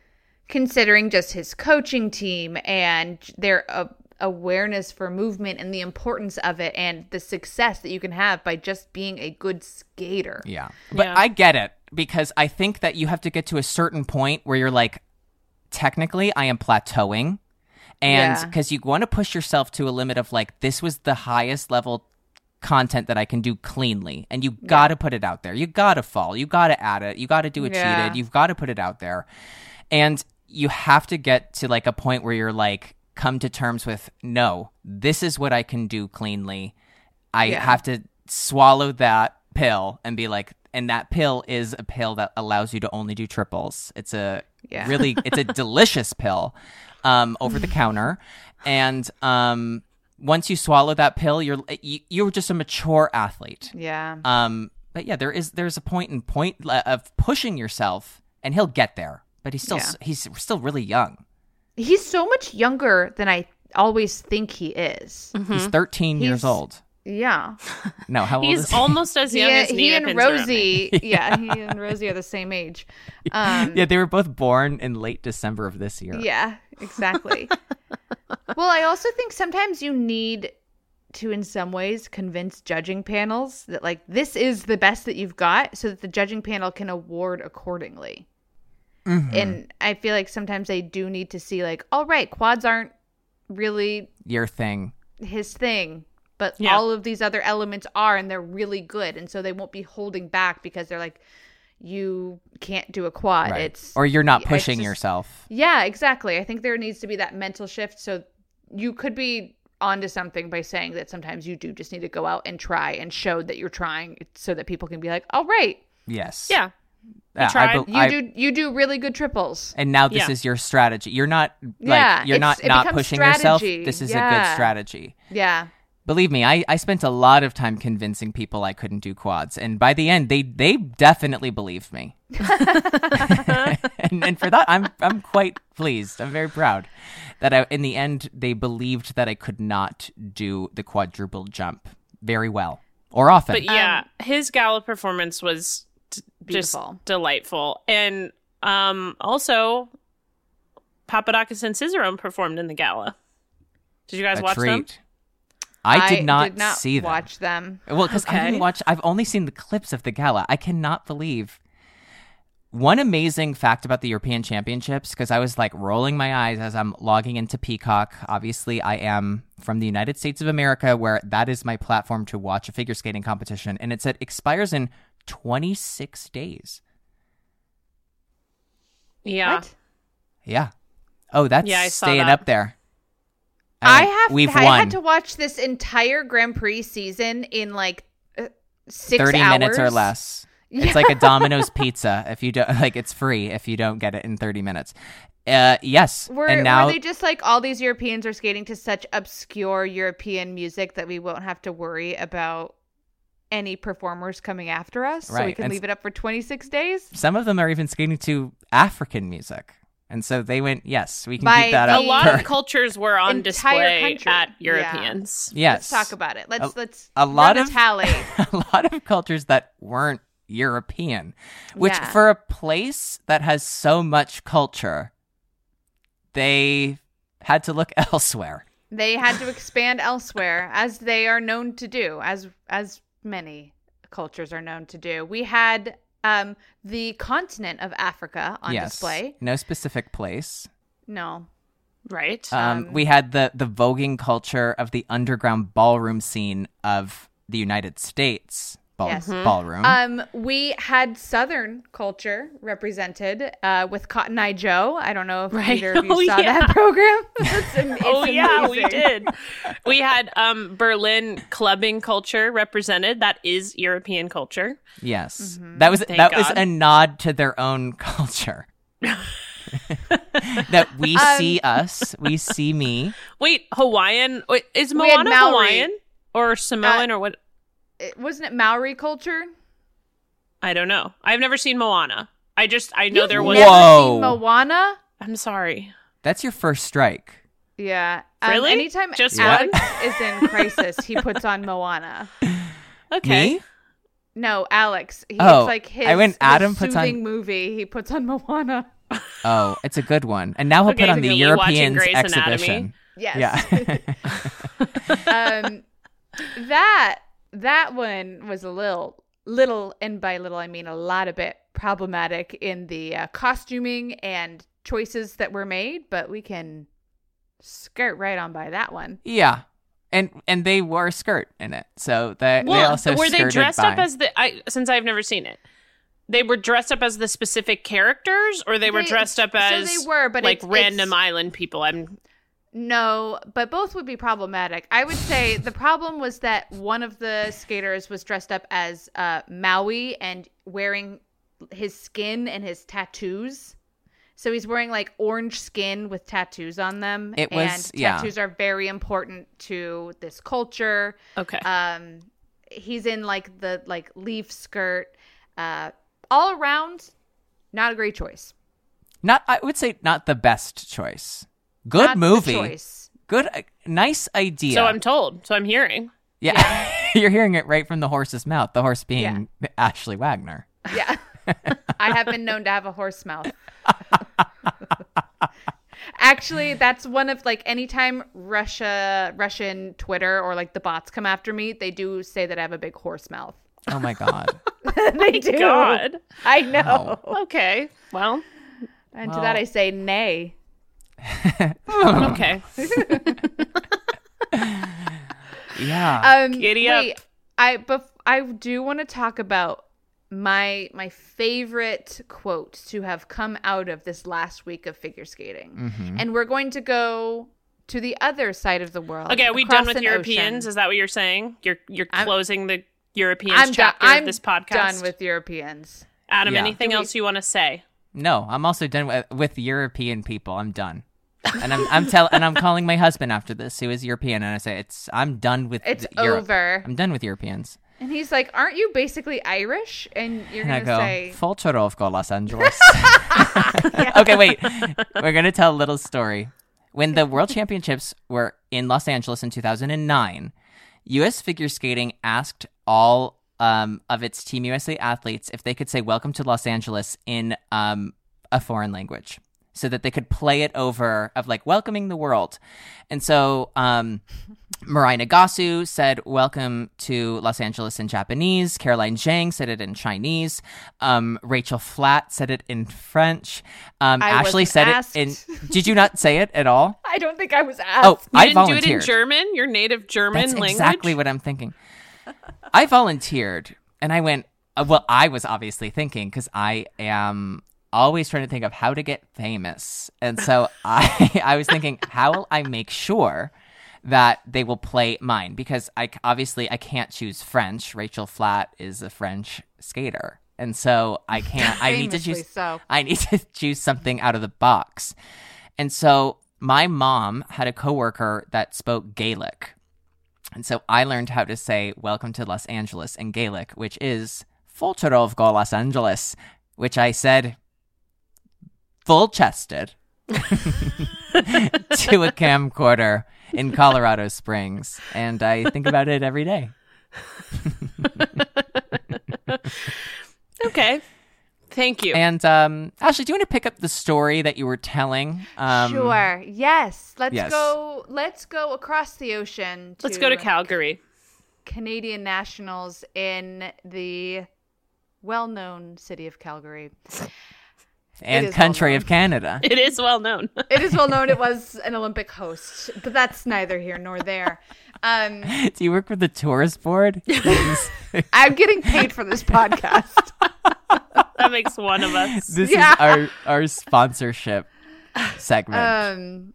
S5: considering just his coaching team and their uh, awareness for movement and the importance of it and the success that you can have by just being a good skater.
S3: yeah but
S4: Yeah.
S3: i get it because i think that you have to get to a certain point where you're like technically i am plateauing and
S5: Yeah.
S3: because you want to push yourself to a limit of like this was the highest level content that i can do cleanly and you gotta put it out there you gotta fall you gotta add it you gotta do it
S5: Yeah.
S3: cheated you've gotta put it out there and you have to get to like a point where you're like come to terms with no this is what i can do cleanly i
S5: Yeah.
S3: have to swallow that pill and be like and that pill is a pill that allows you to only do triples it's a
S5: Yeah.
S3: really
S5: <laughs>
S3: it's a delicious pill um, over the counter and um, once you swallow that pill you're you, you're just a mature athlete
S5: Yeah.
S3: um, but yeah, there is there's a point in point uh, of pushing yourself, and he'll get there. But he's still
S5: Yeah.
S3: he's still really young.
S5: He's so much younger than I always think he is.
S3: He's 13 years
S5: Mm-hmm. He's-
S3: old.
S5: Yeah.
S3: No, how old is
S4: he's
S3: he?
S4: almost as young
S5: Yeah,
S4: as
S5: <laughs> he
S4: Nina
S5: and
S4: Pinzerone.
S5: Rosie. Yeah, he and Rosie are the same age. Um,
S3: <laughs> yeah, they were both born in late December of this year.
S5: Yeah,
S3: <laughs>
S5: exactly. well, I also think sometimes you need to, in some ways, convince judging panels that, like, this is the best that you've got so that the judging panel can award accordingly.
S3: Mhm.
S5: And I feel like sometimes they do need to see, like, all right, quads aren't really
S3: Your thing.
S5: his thing. But
S4: Yeah.
S5: all of these other elements are, and they're really good, and so they won't be holding back because they're like, "You can't do a quad."
S3: Right.
S5: It's
S3: or you're not
S5: it's
S3: pushing
S5: just-
S3: yourself.
S5: yeah, exactly. I think there needs to be that mental shift. So you could be onto something by saying that sometimes you do just need to go out and try and show that you're trying so that people can be like, all right,
S3: Yes.
S4: Yeah.
S3: Yeah, I
S4: tried.
S3: be-
S5: you
S3: I-
S5: do you do really good triples.
S3: And now this
S4: Yeah.
S3: is your strategy. You're not like
S5: Yeah,
S3: you're
S5: it's-
S3: not
S5: it
S3: not
S5: becomes
S3: pushing yourself.
S5: strategy.
S3: This is a good
S5: Yeah.
S3: strategy.
S5: Yeah.
S3: Believe me, I, I spent a lot of time convincing people I couldn't do quads, and by the end, they they definitely believed
S5: <laughs>
S3: me. <laughs> and, and for that, I'm I'm quite pleased. I'm very proud that I, in the end they believed that I could not do the quadruple jump very well or often.
S5: Um,
S4: But yeah, his gala performance was d- just
S5: Beautiful.
S4: delightful, and um, also Papadakis and Cicerone performed in the gala. Did you guys
S3: A
S4: watch them?
S3: treat. I did not, see them.
S5: watch them.
S3: Well, because I didn't
S4: Okay.
S3: watch. I've only seen the clips of the gala. I cannot believe. One amazing fact about the European Championships, because I was like rolling my eyes as I'm logging into Peacock. Obviously, I am from the United States of America, where that is my platform to watch a figure skating competition, and it said expires in 26 days.
S4: Yeah.
S5: What?
S3: Yeah. Oh, that's
S4: Yeah, I saw
S3: staying
S4: that.
S3: up there.
S5: I
S3: mean,
S5: have.
S3: We've
S5: I
S3: won.
S5: had to watch this entire Grand Prix season in like uh, six
S3: 30
S5: hours.
S3: minutes or less.
S5: <laughs> Yeah.
S3: It's like a Domino's pizza. If you don't <laughs> like, it's free if you don't get it in 30 minutes. Uh, yes.
S5: Were,
S3: and now
S5: were they just like all these Europeans are skating to such obscure European music that we won't have to worry about any performers coming after us? So we
S3: Right,
S5: can
S3: and-
S5: leave it up for 26 days?
S3: some of them are even skating to African music. And so they went, yes, we can
S5: By
S3: keep that
S5: the-
S4: A
S3: up.
S4: lot
S3: for-
S4: of cultures were on
S5: Entire
S4: display
S5: country.
S4: at
S5: Yeah.
S4: Europeans.
S3: yes.
S5: Let's talk about it. Let's, let's
S3: a lot
S5: run
S3: of-
S5: a tally.
S3: <laughs> a lot of cultures that weren't European, which
S5: Yeah.
S3: for a place that has so much culture, they had to look <laughs> elsewhere.
S5: they had to expand elsewhere as they are known to do as as many cultures are known to do we had um the continent of africa on
S3: yes.
S5: display
S3: No specific place.
S5: no
S4: Right.
S3: Um, we had the the voguing culture of the underground ballroom scene of the United States ball-
S5: Yes.
S4: Mm-hmm.
S5: Mhm.
S3: ballroom.
S5: um we had southern culture represented uh with cotton eye joe i don't know if
S4: Right.
S3: <laughs>
S5: either of you
S4: Oh,
S5: saw
S4: yeah.
S5: that program It's am- it's
S4: oh yeah, we
S5: amazing.
S4: did.
S5: <laughs>
S4: We had um, Berlin clubbing culture represented. That is European culture.
S3: yes, that was that was
S4: God.
S3: a nod to their own <laughs> culture. that we see us, we see me.
S4: Wait, Hawaiian wait, is
S5: We had
S4: Moana
S5: Maori. Uh,
S4: Hawaiian or Samoan or what?
S5: It- wasn't it maori culture
S4: I don't know. I've never seen Moana. I just I know there was.
S5: never
S3: Whoa.
S5: seen moana
S4: I'm sorry.
S3: That's your first strike.
S5: Yeah. Um,
S4: Really?
S5: Anytime
S4: Just
S5: Alex is
S3: <laughs>
S5: in crisis, he puts on Moana.
S4: Okay.
S3: Me?
S5: No, Alex. He,
S3: Oh,
S5: it's like his,
S3: I went,
S5: his
S3: Adam puts on-
S5: soothing movie. He puts on Moana.
S3: Oh, it's a good one. And now he'll
S4: Okay,
S3: put on
S4: so
S3: the
S4: you're watching
S3: Europeans
S4: Grey's Anatomy.
S3: exhibition.
S5: Yes.
S3: Yeah. <laughs>
S5: um, that that one was a little little, and by little I mean a lot of bit problematic in the uh, costuming and choices that were made, but we can skirt right on by that one.
S3: yeah. And and they wore a skirt in it. So they, they
S4: Well,
S3: also
S4: were they
S3: skirted
S4: dressed up
S3: by.
S4: as the? I since I've never seen it. They were dressed up as the specific characters, or they were
S5: They-
S4: dressed up
S5: so
S4: as
S5: they were, but
S4: like
S5: it's- it's-
S4: random island people. I'm
S5: No, but both would be problematic. I would say the problem was that one of the skaters was dressed up as uh, Maui and wearing his skin and his tattoos. So he's wearing like orange skin with tattoos on them.
S3: It was-
S5: and
S3: yeah.
S5: tattoos are very important to this culture.
S4: okay.
S5: Um, he's in like the like leaf skirt. Uh, all around, not a great choice.
S3: Not I would say not the best choice. Good
S5: Not the
S3: movie.
S5: choice.
S3: Good uh, nice idea.
S4: So I'm told. So I'm hearing.
S3: yeah. <laughs> You're hearing it right from the horse's mouth, the horse being Ashley Wagner.
S5: Yeah. I have been known to have a horse mouth. <laughs> Actually, that's one of like anytime Russia, Russian Twitter or like the bots come after me, they do say that I have a big horse mouth.
S3: Oh my god.
S5: <laughs> they do.
S4: God.
S5: I know.
S4: Okay. Well.
S5: And to that I say nay.
S4: Okay.
S3: yeah.
S5: Um
S4: Giddy up.
S5: wait, I bef- I do want to talk about my my favorite quote to have come out of this last week of figure skating.
S4: Mm-hmm.
S5: And we're going to go to the other side of the world.
S4: Okay, are we
S5: across
S4: done with
S5: an
S4: Europeans?
S5: ocean.
S4: Is that what you're saying? You're you're
S5: I'm-
S4: closing the Europeans
S5: I'm done.
S4: chapter
S5: I'm
S4: of this podcast.
S5: done with Europeans.
S4: Adam.
S3: Yeah.
S4: Anything else you want to say?
S3: No, I'm also done with, with European people. I'm done. And I'm I'm tell and I'm calling my husband after this, who is European, and I say it's I'm done with
S5: It's
S3: the- Europe.
S5: over.
S3: I'm done with Europeans.
S5: And he's like, "Aren't you basically Irish?" And you're
S3: And I
S5: gonna
S3: go
S5: say,
S3: Folcherovko, Los
S5: <laughs>
S3: Angeles. okay, wait. We're gonna tell a little story. When the World Championships were in Los Angeles in 2009, U.S. Figure Skating asked all um, of its Team USA athletes if they could say "Welcome to Los Angeles" in um, a foreign language, so that they could play it over of like welcoming the world. And so,
S4: <laughs>
S3: um, Mariah Nagasu said "Welcome to Los Angeles" in Japanese. Caroline Zhang said it in Chinese. Um, Rachel Flatt said it in French. Um,
S5: I
S3: Ashley
S5: wasn't
S3: said
S5: asked.
S3: it in. Did you not say it at
S4: <laughs>
S3: all?
S5: "I don't think I was asked."
S3: Oh,
S4: Uh, You
S3: I
S4: didn't
S3: volunteered.
S4: do it in German, your native German
S3: That's
S4: language.
S3: exactly what I'm thinking. I volunteered and I went, Uh, well, I was obviously thinking because I am always trying to think of how to get famous, and
S4: <laughs>
S3: so I I was thinking how will I make sure that they will play mine because I c- obviously I can't choose French. Rachel Flat is a French skater, and so I can't. I need to
S5: Famously
S3: choose.
S5: so.
S3: I need <laughs> to choose something out of the box, and so my mom had a coworker that spoke Gaelic. And so I learned how to say "Welcome to Los Angeles" in Gaelic, which is "Fulcherov go Los Angeles," which I said full-chested <laughs> to a camcorder in Colorado Springs, and I think about it every day.
S4: Okay. Thank you.
S3: And um, Ashley, do you want to pick up the story that you were telling? Um,
S5: sure. Yes. Let's
S3: yes.
S5: go. Let's go across the ocean. To
S4: Let's go to Calgary.
S5: Canadian nationals in the well-known city of Calgary.
S3: And
S5: is
S3: country
S5: well-known.
S3: of Canada.
S4: It is well known.
S5: It is well known it was an Olympic host, but that's neither here nor there.
S3: <laughs>
S5: Um,
S3: do you work with the tourist
S5: <laughs>
S3: board? Please.
S5: I'm getting paid for this podcast.
S4: that makes one of <laughs> us.
S3: this
S5: Yeah.
S3: is our our sponsorship segment.
S5: Um,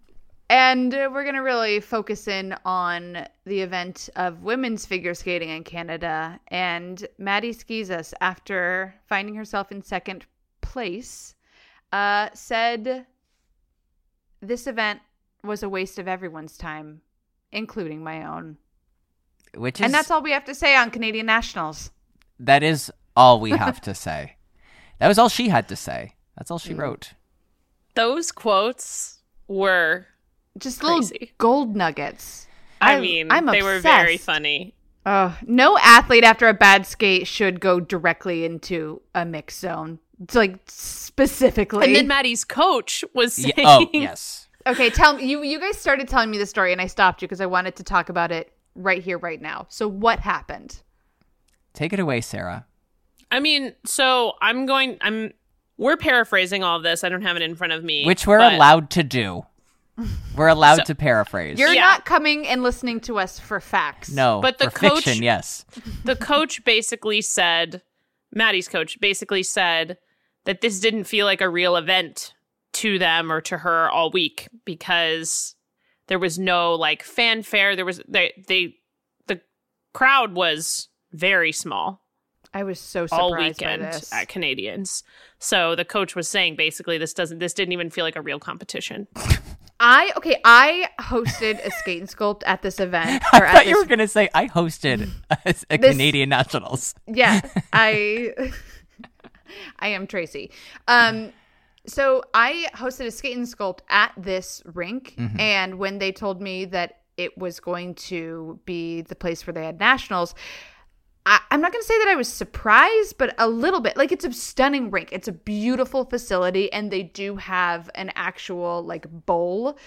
S5: and uh, we're going to really focus in on the event of women's figure skating in Canada. And Maddie Skeezus, after finding herself in second place, uh, said this event was a waste of everyone's time, including my own.
S3: which is
S5: And that's all we have to say on Canadian Nationals.
S3: that is all we
S5: <laughs>
S3: have to say. That was all she had to say. That's all
S5: Mm.
S3: she
S5: <laughs>
S3: wrote.
S4: Those quotes were,
S5: Just little
S4: Crazy.
S5: gold nuggets.
S4: I,
S5: I-
S4: mean,
S5: I'm
S4: they were very
S5: obsessed.
S4: funny.
S5: Oh, no athlete after a bad skate should go directly into a mix zone. It's like specifically.
S4: And then Maddie's coach was saying,
S3: Yeah.
S4: <laughs>
S3: Oh yes.
S5: okay, tell me. You you guys started telling me the story, and I stopped you because I wanted to talk about it right here, right now. So what happened?
S3: Take it away, Sarah.
S4: I mean, so I'm going, I'm, we're paraphrasing all of this. I don't have it in front of me.
S3: Which we're
S4: but-
S3: allowed to
S5: <laughs>
S3: do. We're allowed to paraphrase.
S5: You're
S4: Yeah.
S5: not coming and listening to us for facts.
S3: no,
S4: But the
S3: for fiction,
S4: coach-
S3: yes.
S4: the coach basically said, Maddie's coach basically said that this didn't feel like a real event to them or to her all week because there was no like fanfare. There was they they the crowd was very small
S5: I was so surprised
S4: all weekend
S5: by this.
S4: at Canadians. So the coach was saying basically this doesn't this didn't even feel like a real competition.
S5: I okay. I hosted a skate and sculpt at this event.
S3: I
S5: or at
S3: thought you
S5: this
S3: were going to say I
S5: <laughs>
S3: hosted <laughs> a, a
S5: This-
S3: Canadian Nationals.
S5: yeah i <laughs> i am tracy um so i hosted a skate and sculpt at this rink and when they told me that it was going to be the place where they had nationals I, I'm not going to say that I was surprised, but a little bit. Like, it's a stunning rink. It's a beautiful facility, and they do have an actual, like, bowl,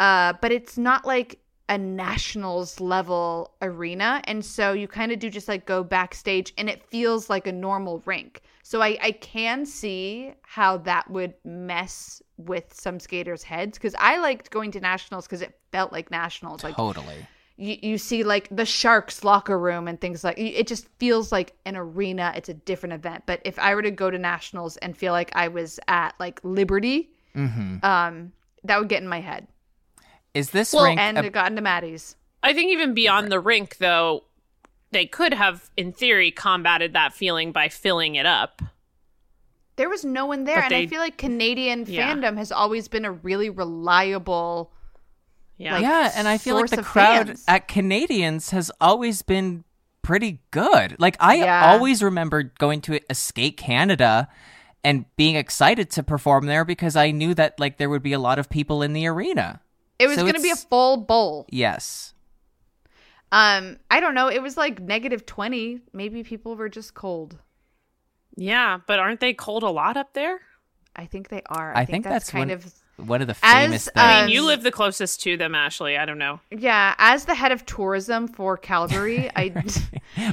S5: uh, but it's not like a nationals level arena. And so you kind of do just like go backstage, and it feels like a normal rink. So I, I can see how that would mess with some skaters' heads because I liked going to nationals because it felt like nationals. Like,
S3: Totally.
S5: you, you see like the sharks locker room and things like it just feels like an arena it's a different event but if i were to go to nationals and feel like i was at like liberty
S3: hmm
S5: um that would get in my head
S3: Is this
S4: Well,
S3: rank?
S5: and
S3: a-
S5: it got into maddie's
S4: I think even beyond the rink though, they could have in theory combated that feeling by filling it up.
S5: there was no one there
S4: But
S5: and i
S4: they-
S5: feel like canadian
S4: Yeah.
S5: fandom has always been a really reliable
S4: Yeah.
S5: like,
S3: yeah, and I feel like
S5: source
S3: the
S5: of
S3: crowd
S5: fans.
S3: at Canadians has always been pretty good. Like I
S5: Yeah.
S3: always remembered going to Escape Canada and being excited to perform there because I knew that like there would be a lot of people in the arena.
S5: it was
S3: So
S5: going to be a
S3: it's-
S5: full bowl
S3: Yes.
S5: um i don't know it was like negative 20 maybe people were just cold
S4: Yeah, but aren't they cold a lot up there?
S5: i think they are
S3: I, think, that's,
S5: kind
S3: one,
S5: of
S3: one of the
S5: As,
S3: famous things.
S4: I mean,
S5: Um,
S4: you
S5: <laughs>
S4: live the closest to them, Ashley. I don't know.
S5: Yeah, as the head of tourism for Calgary,
S3: <laughs>
S5: I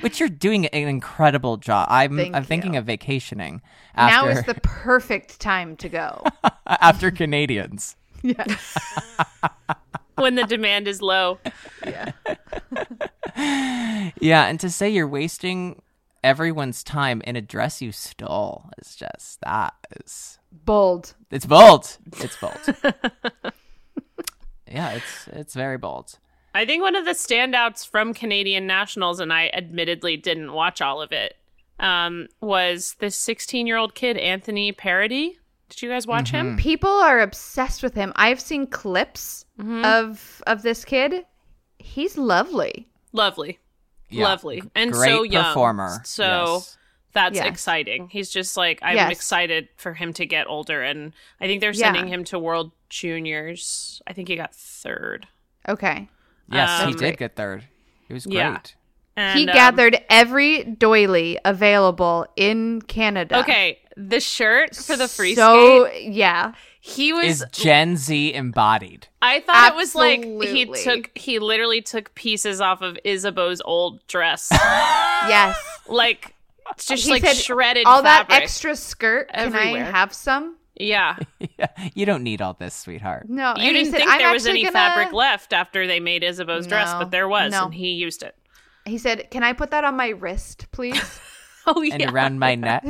S3: Which you're doing an incredible job. I'm
S5: Thank
S3: I'm thinking
S5: you.
S3: of vacationing
S5: now
S3: after
S5: is the perfect time to go.
S3: <laughs> after Canadians.
S5: Yes.
S4: When the demand is low.
S5: Yeah.
S3: Yeah, and to say you're wasting everyone's time in a dress you stole is just that is
S5: Bold.
S3: it's bold. It's
S4: <laughs>
S3: bold. yeah, it's it's very bold.
S4: I think one of the standouts from Canadian Nationals, and I admittedly didn't watch all of it, um, was this 16 year old kid, Anthony Parody. Did you guys watch him?
S5: People are obsessed with him. I've seen clips
S4: Mm-hmm.
S5: of of this kid. He's lovely.
S4: Lovely.
S3: Yeah.
S4: Lovely. And
S3: Great
S4: so young.
S3: performer.
S4: So
S3: Yes.
S4: that's
S5: Yes.
S4: exciting. He's just like, I'm
S5: Yes.
S4: excited for him to get older. And I think they're
S5: Yeah.
S4: sending him to World Juniors. I think he got third.
S5: Okay.
S3: yes, he
S4: um,
S3: did get third. He was great.
S4: Yeah. And,
S5: he
S4: um,
S5: gathered every doily available in Canada.
S4: Okay, the shirt for the free
S5: so,
S4: skate,
S5: yeah.
S4: he was
S3: Is Gen Z embodied? <laughs>
S4: I thought it was like he
S5: Absolutely.
S4: took he literally took pieces off of Isabeau's old
S5: <laughs>
S4: dress.
S5: Yes. <laughs>
S4: like <gasps> just
S5: He
S4: like
S5: said,
S4: shredded
S5: All that
S4: fabric.
S5: extra skirt. Can
S4: everywhere."
S5: I have some?
S4: Yeah.
S3: Yeah, you don't need all this,
S4: <laughs>
S3: sweetheart.
S5: No. and
S4: You
S5: he
S4: didn't
S5: said,
S4: think
S5: "I'm
S4: there was
S5: actually
S4: any
S5: gonna-"
S4: fabric left after they made Isabeau's dress,
S5: No,
S4: but there was
S5: no.
S4: and he used
S5: <laughs>
S4: it.
S5: He said, "Can I put that on my wrist,
S4: <laughs>
S5: please?
S4: Oh
S3: And around my neck.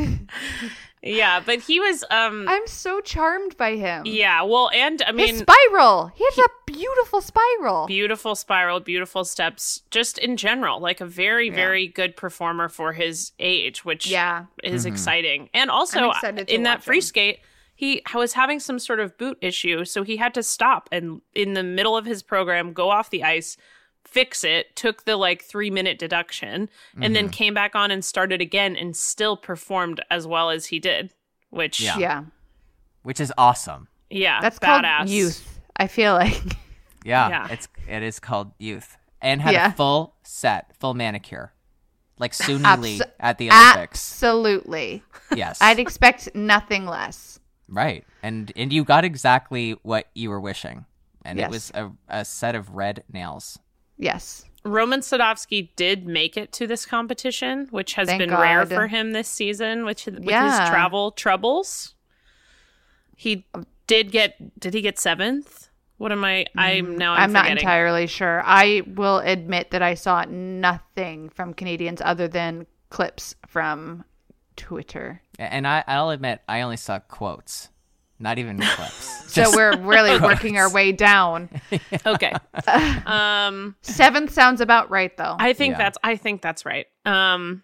S4: Yeah, but he was um
S5: I'm so charmed by him.
S4: yeah, well and I
S5: His
S4: mean
S5: spiral. He has a beautiful spiral.
S4: beautiful spiral, beautiful steps, just in general, like a very, very good performer for his age, which
S5: Yeah.
S4: is exciting. And also
S5: I'm excited to
S4: in that
S5: watch
S4: free
S5: him.
S4: skate, he was having some sort of boot issue, so he had to stop and in the middle of his program go off the ice, fix it, took the like 3 minute deduction, and then came back on and started again and still performed as well as he did, which
S3: Yeah.
S4: yeah,
S5: yeah.
S3: which is awesome.
S5: That's
S4: badass.
S5: called youth. I feel like.
S3: Yeah,
S4: Yeah.
S3: it's it is called Youth, and had
S5: Yeah.
S3: a full set, full manicure, like Suni
S5: Abso-
S3: Lee at the
S5: <laughs>
S3: Olympics.
S5: Absolutely.
S3: yes,
S5: I'd expect nothing less.
S3: right, and and you got exactly what you were wishing, and
S5: Yes.
S3: it was a, a set of red nails.
S5: Yes.
S4: Roman Sadovsky did make it to this competition, which has
S5: Thank
S4: been rare
S5: God.
S4: for him this season, which with
S5: Yeah. Um,
S4: his travel troubles. He did get did he get seventh? What am I I'm now I'm,
S5: Mm, I'm, not
S4: forgetting.
S5: entirely sure. I will admit that I saw nothing from Canadians other than clips from Twitter.
S3: A- And I I'll admit I only saw quotes, not
S4: <laughs>
S3: even clips.
S5: So
S3: Just-
S5: we're really working our way down.
S4: <laughs>
S5: <laughs>
S4: Okay. um
S5: Seventh sounds about right, though.
S4: I think
S3: Yeah.
S4: that's I think that's right. Um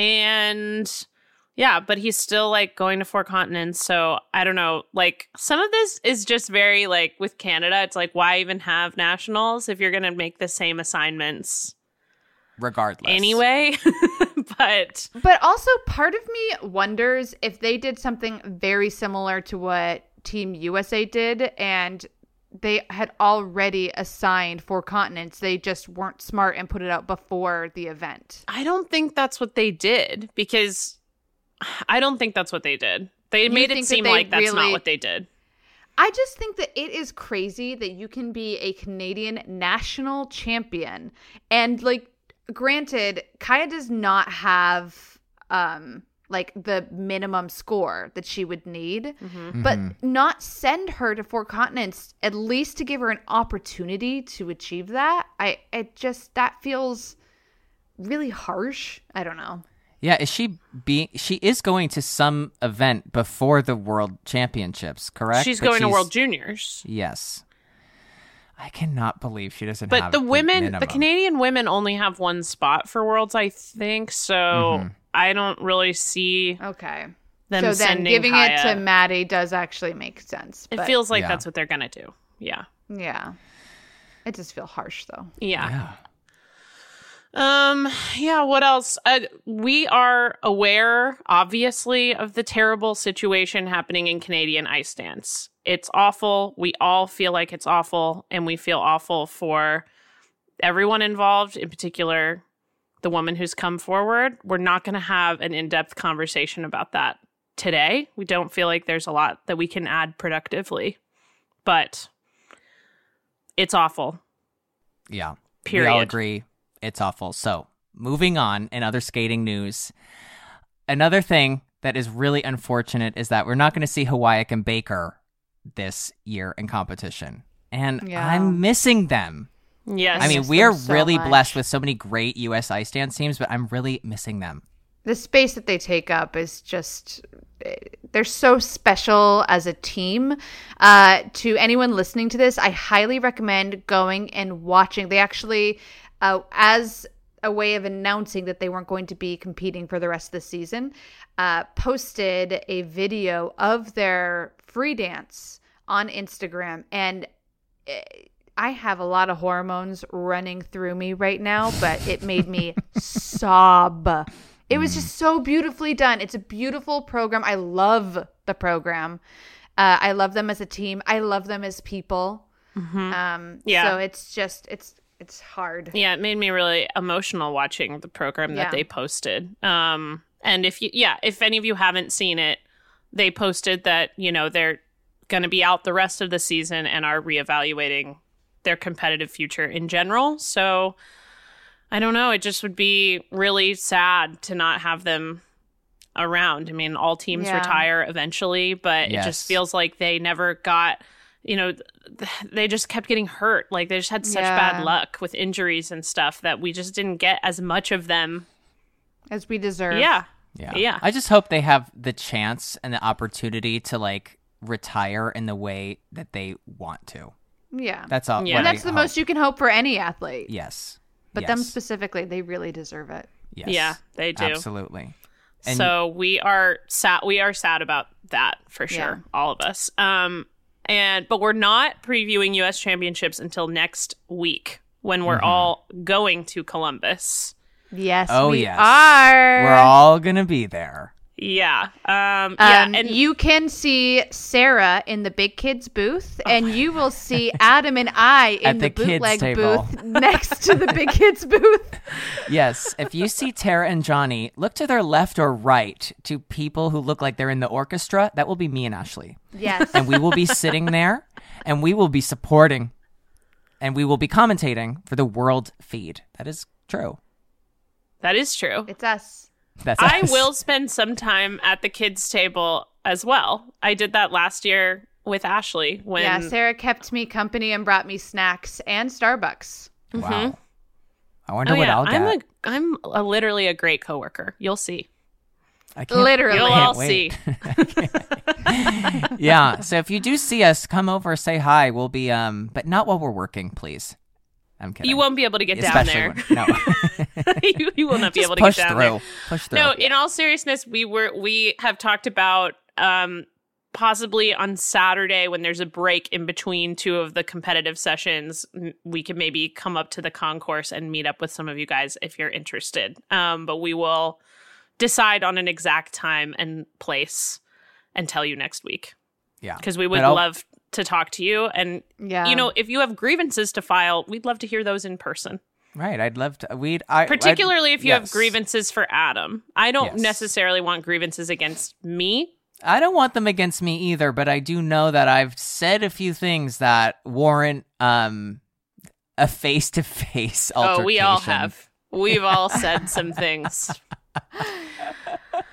S4: and yeah, but he's still like going to four continents, so I don't know. Like some of this is just very like with Canada, it's like why even have nationals if you're going to make the same assignments
S3: regardless.
S4: anyway. <laughs> but
S5: But also, part of me wonders if they did something very similar to what Team USA did, and they had already assigned four continents. They just weren't smart and put it out before the event.
S4: I don't think that's what they did because I don't think that's what they did. They made it
S5: think that
S4: seem
S5: they
S4: like that's
S5: really-
S4: not what they did.
S5: I just think that it is crazy that you can be a Canadian national champion. And like granted, Kaya does not have um like the minimum score that she would need,
S4: Mm-hmm.
S5: but not send her to four continents at least to give her an opportunity to achieve that. I it just that feels really harsh. I don't know.
S3: Yeah, is she being? She is going to some event before the World Championships, correct?
S4: She's
S3: But
S4: going to World Juniors.
S3: Yes. I cannot believe she doesn't.
S4: But
S3: have
S4: the women, the
S3: minimum.
S4: Canadian women only have one spot for Worlds, I think. So
S3: Mm-hmm.
S4: I don't really see
S5: Okay.
S4: them
S5: so then
S4: sending
S5: giving it to
S4: Kaya.
S5: Maddie does actually make sense.
S4: It
S5: but-
S4: feels like
S3: Yeah.
S4: that's what they're going to do. Yeah.
S5: Yeah. It does feel harsh though.
S4: Yeah.
S3: Yeah.
S4: Um, yeah, what else? Uh, we are aware, obviously, of the terrible situation happening in Canadian ice dance. It's awful. We all feel like it's awful, and we feel awful for everyone involved, in particular, the woman who's come forward. We're not going to have an in depth conversation about that today. We don't feel like there's a lot that we can add productively, but it's awful.
S3: Yeah. We all
S4: Period.
S3: agree. It's awful. So, moving on in other skating news, another thing that is really unfortunate is that we're not going to see Hawaii and Baker this year in competition. And
S5: Yeah.
S3: I'm missing them.
S4: Yes.
S3: I mean,
S5: miss
S3: we are
S5: them so
S3: really
S5: much.
S3: blessed with so many great U.S. ice dance teams, but I'm really missing them.
S5: the space that they take up is just they're so special as a team. Uh, to anyone listening to this, I highly recommend going and watching. They actually, uh, as a way of announcing that they weren't going to be competing for the rest of the season, uh, posted a video of their free dance on Instagram. And it, I have a lot of hormones running through me right now, but it made me sob. It was just so beautifully done. It's a beautiful program. I love the program. Uh, I love them as a team. I love them as people. Um,
S4: Mm-hmm. Yeah.
S5: So it's just it's it's hard.
S4: Yeah, it made me really emotional watching the program
S5: Yeah.
S4: that they posted. Um, and if you, yeah, if any of you haven't seen it, they posted that you know they're going to be out the rest of the season and are reevaluating their competitive future in general. So I don't know. It just would be really sad to not have them around. I mean, all teams
S5: Yeah.
S4: retire eventually, but it
S3: Yes.
S4: just feels like they never got. You know, th- <sighs> they just kept getting hurt. Like they just had such
S5: Yeah.
S4: bad luck with injuries and stuff that we just didn't get as much of them.
S5: As we deserve.
S4: Yeah.
S3: Yeah.
S4: Yeah.
S3: I just hope they have the chance and the opportunity to like retire in the way that they want to.
S5: Yeah.
S3: That's all.
S4: Yeah.
S3: what
S5: and
S3: I
S5: that's the
S3: hope.
S5: most you can hope for any athlete.
S3: Yes.
S5: But them
S3: Yes.
S5: specifically, they really deserve it.
S3: Yes.
S4: Yeah, they do.
S3: Absolutely. And-
S4: so we are sad we are sad about that for sure,
S5: Yeah.
S4: all of us. Um and but we're not previewing US championships until next week when
S3: Mm-hmm.
S4: we're all going to Columbus.
S5: Yes,
S3: Oh,
S5: we
S3: yes.
S5: are.
S3: We're all gonna be there.
S4: Yeah. Um yeah,
S5: Um,
S4: and
S5: you can see Sarah in the big kids booth,
S4: Oh
S5: and you will see Adam and I in
S3: At the
S5: the,
S3: kids'
S5: bootleg
S3: table. <laughs>
S5: booth next to the big
S4: <laughs>
S5: kids booth.
S3: Yes. If you see Tara and Johnny, look to their left or right to people who look like they're in the orchestra. That will be me and Ashley.
S5: Yes,
S3: And we will be
S4: <laughs>
S3: sitting there and we will be supporting and we will be commentating for the world feed. That is true.
S4: that is true.
S5: it's us.
S3: That's
S4: I
S3: us.
S4: will spend some time at the kids table as well. I did that last year with Ashley when
S5: yeah, Sarah kept me company and brought me snacks
S4: <laughs>
S5: and Starbucks.
S3: Wow. I wonder what I'll get.
S4: mm-hmm. Oh, I'm a I'm a, literally a great coworker. You'll see.
S3: I can't-
S5: Literally.
S4: You'll
S3: I can't
S4: all
S3: wait.
S4: see.
S3: <laughs> yeah. So if you do see us, come over, say hi. We'll be um, but not while we're working, please. I'm kidding.
S4: You won't be able to get
S3: Especially
S4: down there.
S3: When, no.
S4: <laughs> you, you will not be
S3: Just
S4: able to
S3: push
S4: get down
S3: through.
S4: there.
S3: Push through.
S4: No, in all seriousness, we were we have talked about um possibly on Saturday when there's a break in between two of the competitive sessions, m- we can maybe come up to the concourse and meet up with some of you guys if you're interested. Um, but we will decide on an exact time and place and tell you next week
S3: yeah.
S4: because we would
S3: But I'll-
S4: love to talk to you and
S5: Yeah,
S4: you know if you have grievances to file we'd love to hear those in person
S3: Right. I'd love to. We'd. I I'd-
S4: particularly if you have
S3: yes.
S4: grievances for Adam. I don't
S3: Yes.
S4: necessarily want grievances against me.
S3: I don't want them against me either, but I do know that I've said a few things that warrant um a face to face altercation.
S4: Oh, we all have. We've all said some things.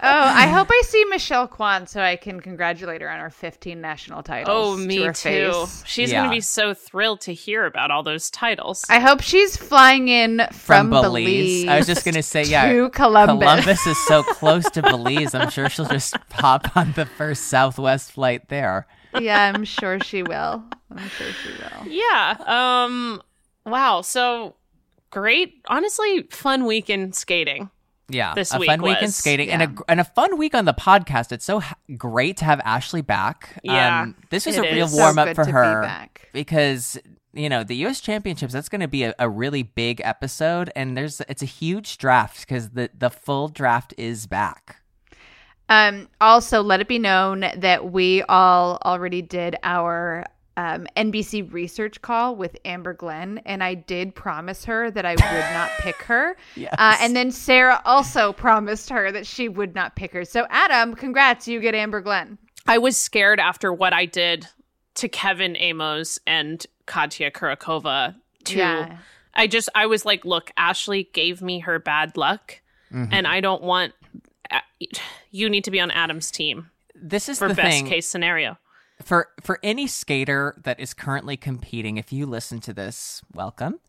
S5: Oh, I hope I see Michelle Kwan so I can congratulate her on her 15 national
S4: Oh,
S5: <laughs> titles. to
S4: me
S5: her
S4: too.
S5: face.
S4: She's
S3: Yeah.
S4: going to be so thrilled to hear about all those titles.
S5: I hope she's flying in
S3: From,
S5: from,
S3: Belize. I was just gonna
S5: <laughs>
S3: say, yeah.
S5: to Columbus.
S3: Columbus is so close to Belize. I'm sure she'll just pop on the first Southwest flight there.
S5: <laughs> yeah, I'm sure she will. I'm sure she will.
S4: yeah. Um wow, so great. Honestly, fun week in skating.
S3: Yeah,
S4: This
S3: a
S4: week
S3: fun week in
S4: was,
S3: skating
S5: yeah.
S3: and a gr- and a fun week on the podcast. It's so ha- great to have Ashley back. Um,
S4: Yeah,
S3: this was
S4: it
S3: a real
S4: is. So
S3: warm
S5: good
S3: up for
S5: to be
S3: her
S5: back.
S3: because you know the U.S. Championships. That's going to be a, a really big episode, and there's it's a huge draft because the the full draft is back.
S5: Um, also, let it be known that we all already did our um, NBC research call with Amber Glenn, and I did promise her that I would
S3: <laughs>
S5: not pick her.
S3: Yes.
S5: Uh, and then Sarah also <laughs> promised her that she would not pick her. So, Adam, congrats, you get Amber Glenn.
S4: I was scared after what I did to Kevin Amos and Katya Kurakova to
S5: Yeah.
S4: I just I was like, look, Ashley gave me her bad luck,
S3: Mm-hmm.
S4: and I don't want. uh, You need to be on Adam's team
S3: This is
S4: for
S3: the
S4: best
S3: thing.
S4: case scenario.
S3: for for any skater that is currently competing if you listen to this welcome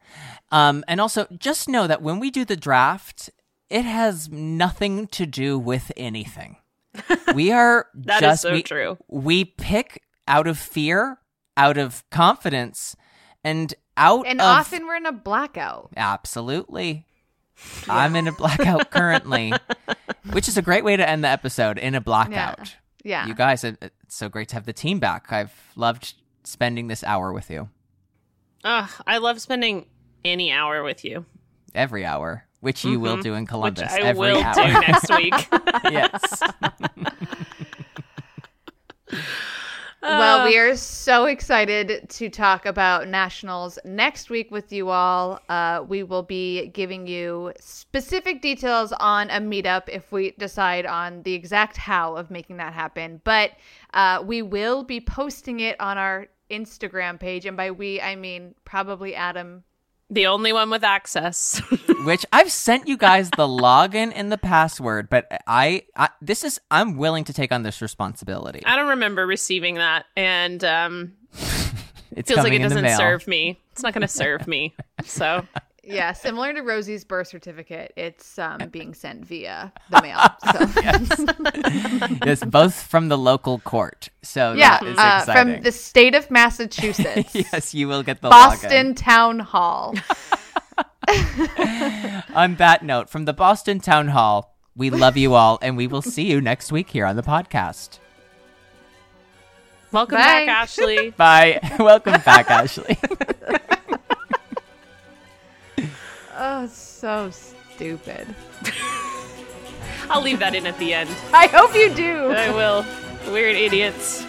S3: um and also just know that when we do the draft It has nothing to do with
S4: <laughs>
S3: anything. We are
S4: That is
S3: just
S4: so
S3: we-
S4: true.
S3: We pick out of fear, out of confidence, and out
S5: And
S3: of
S5: often we're in a blackout.
S3: Absolutely. I'm in a blackout
S5: <laughs>
S3: currently, which is a great way to end the episode in a blackout.
S5: Yeah.
S3: You guys, it- it's so great to have the team back. I've loved spending this hour with you,
S4: Ugh, I love spending any hour with you,
S3: every hour, which you will do in
S4: Mm-hmm. which
S3: Columbus
S4: I
S3: every <laughs>
S4: will
S3: hour.
S4: do next week.
S3: <laughs>
S4: <laughs>
S3: yes. Uh,
S5: well, we are so excited to talk about nationals next week with you all. Uh, we will be giving you specific details on a meetup if we decide on the exact how of making that happen. But uh, we will be posting it on our Instagram page. And by we, I mean probably Adam.
S4: the only one with access.
S3: which I've sent you guys the login and the password, but I, I this is I'm willing to take on this responsibility.
S4: I don't remember receiving that, and um,
S3: It
S4: feels like it doesn't serve me. It's not going to serve me. So
S3: <laughs>
S5: Yeah, similar to Rosie's birth certificate, it's um, being sent via
S3: <laughs>
S5: the mail. So.
S3: It's both from the local court, so
S5: Yeah,
S3: that is
S5: uh,
S3: exciting. <laughs>
S5: from the state of Massachusetts,
S3: yes, you will get the
S5: Boston
S3: login.
S5: Town Hall.
S3: On that note, from the Boston Town Hall, we love you all, and we will see you next week here on the podcast.
S4: welcome
S5: Bye.
S4: back, Ashley.
S3: Bye. <laughs> Welcome back, Ashley.
S5: Oh, so stupid.
S4: <laughs> I'll leave that in at the end.
S5: I hope you do.
S4: I will. Weird idiots.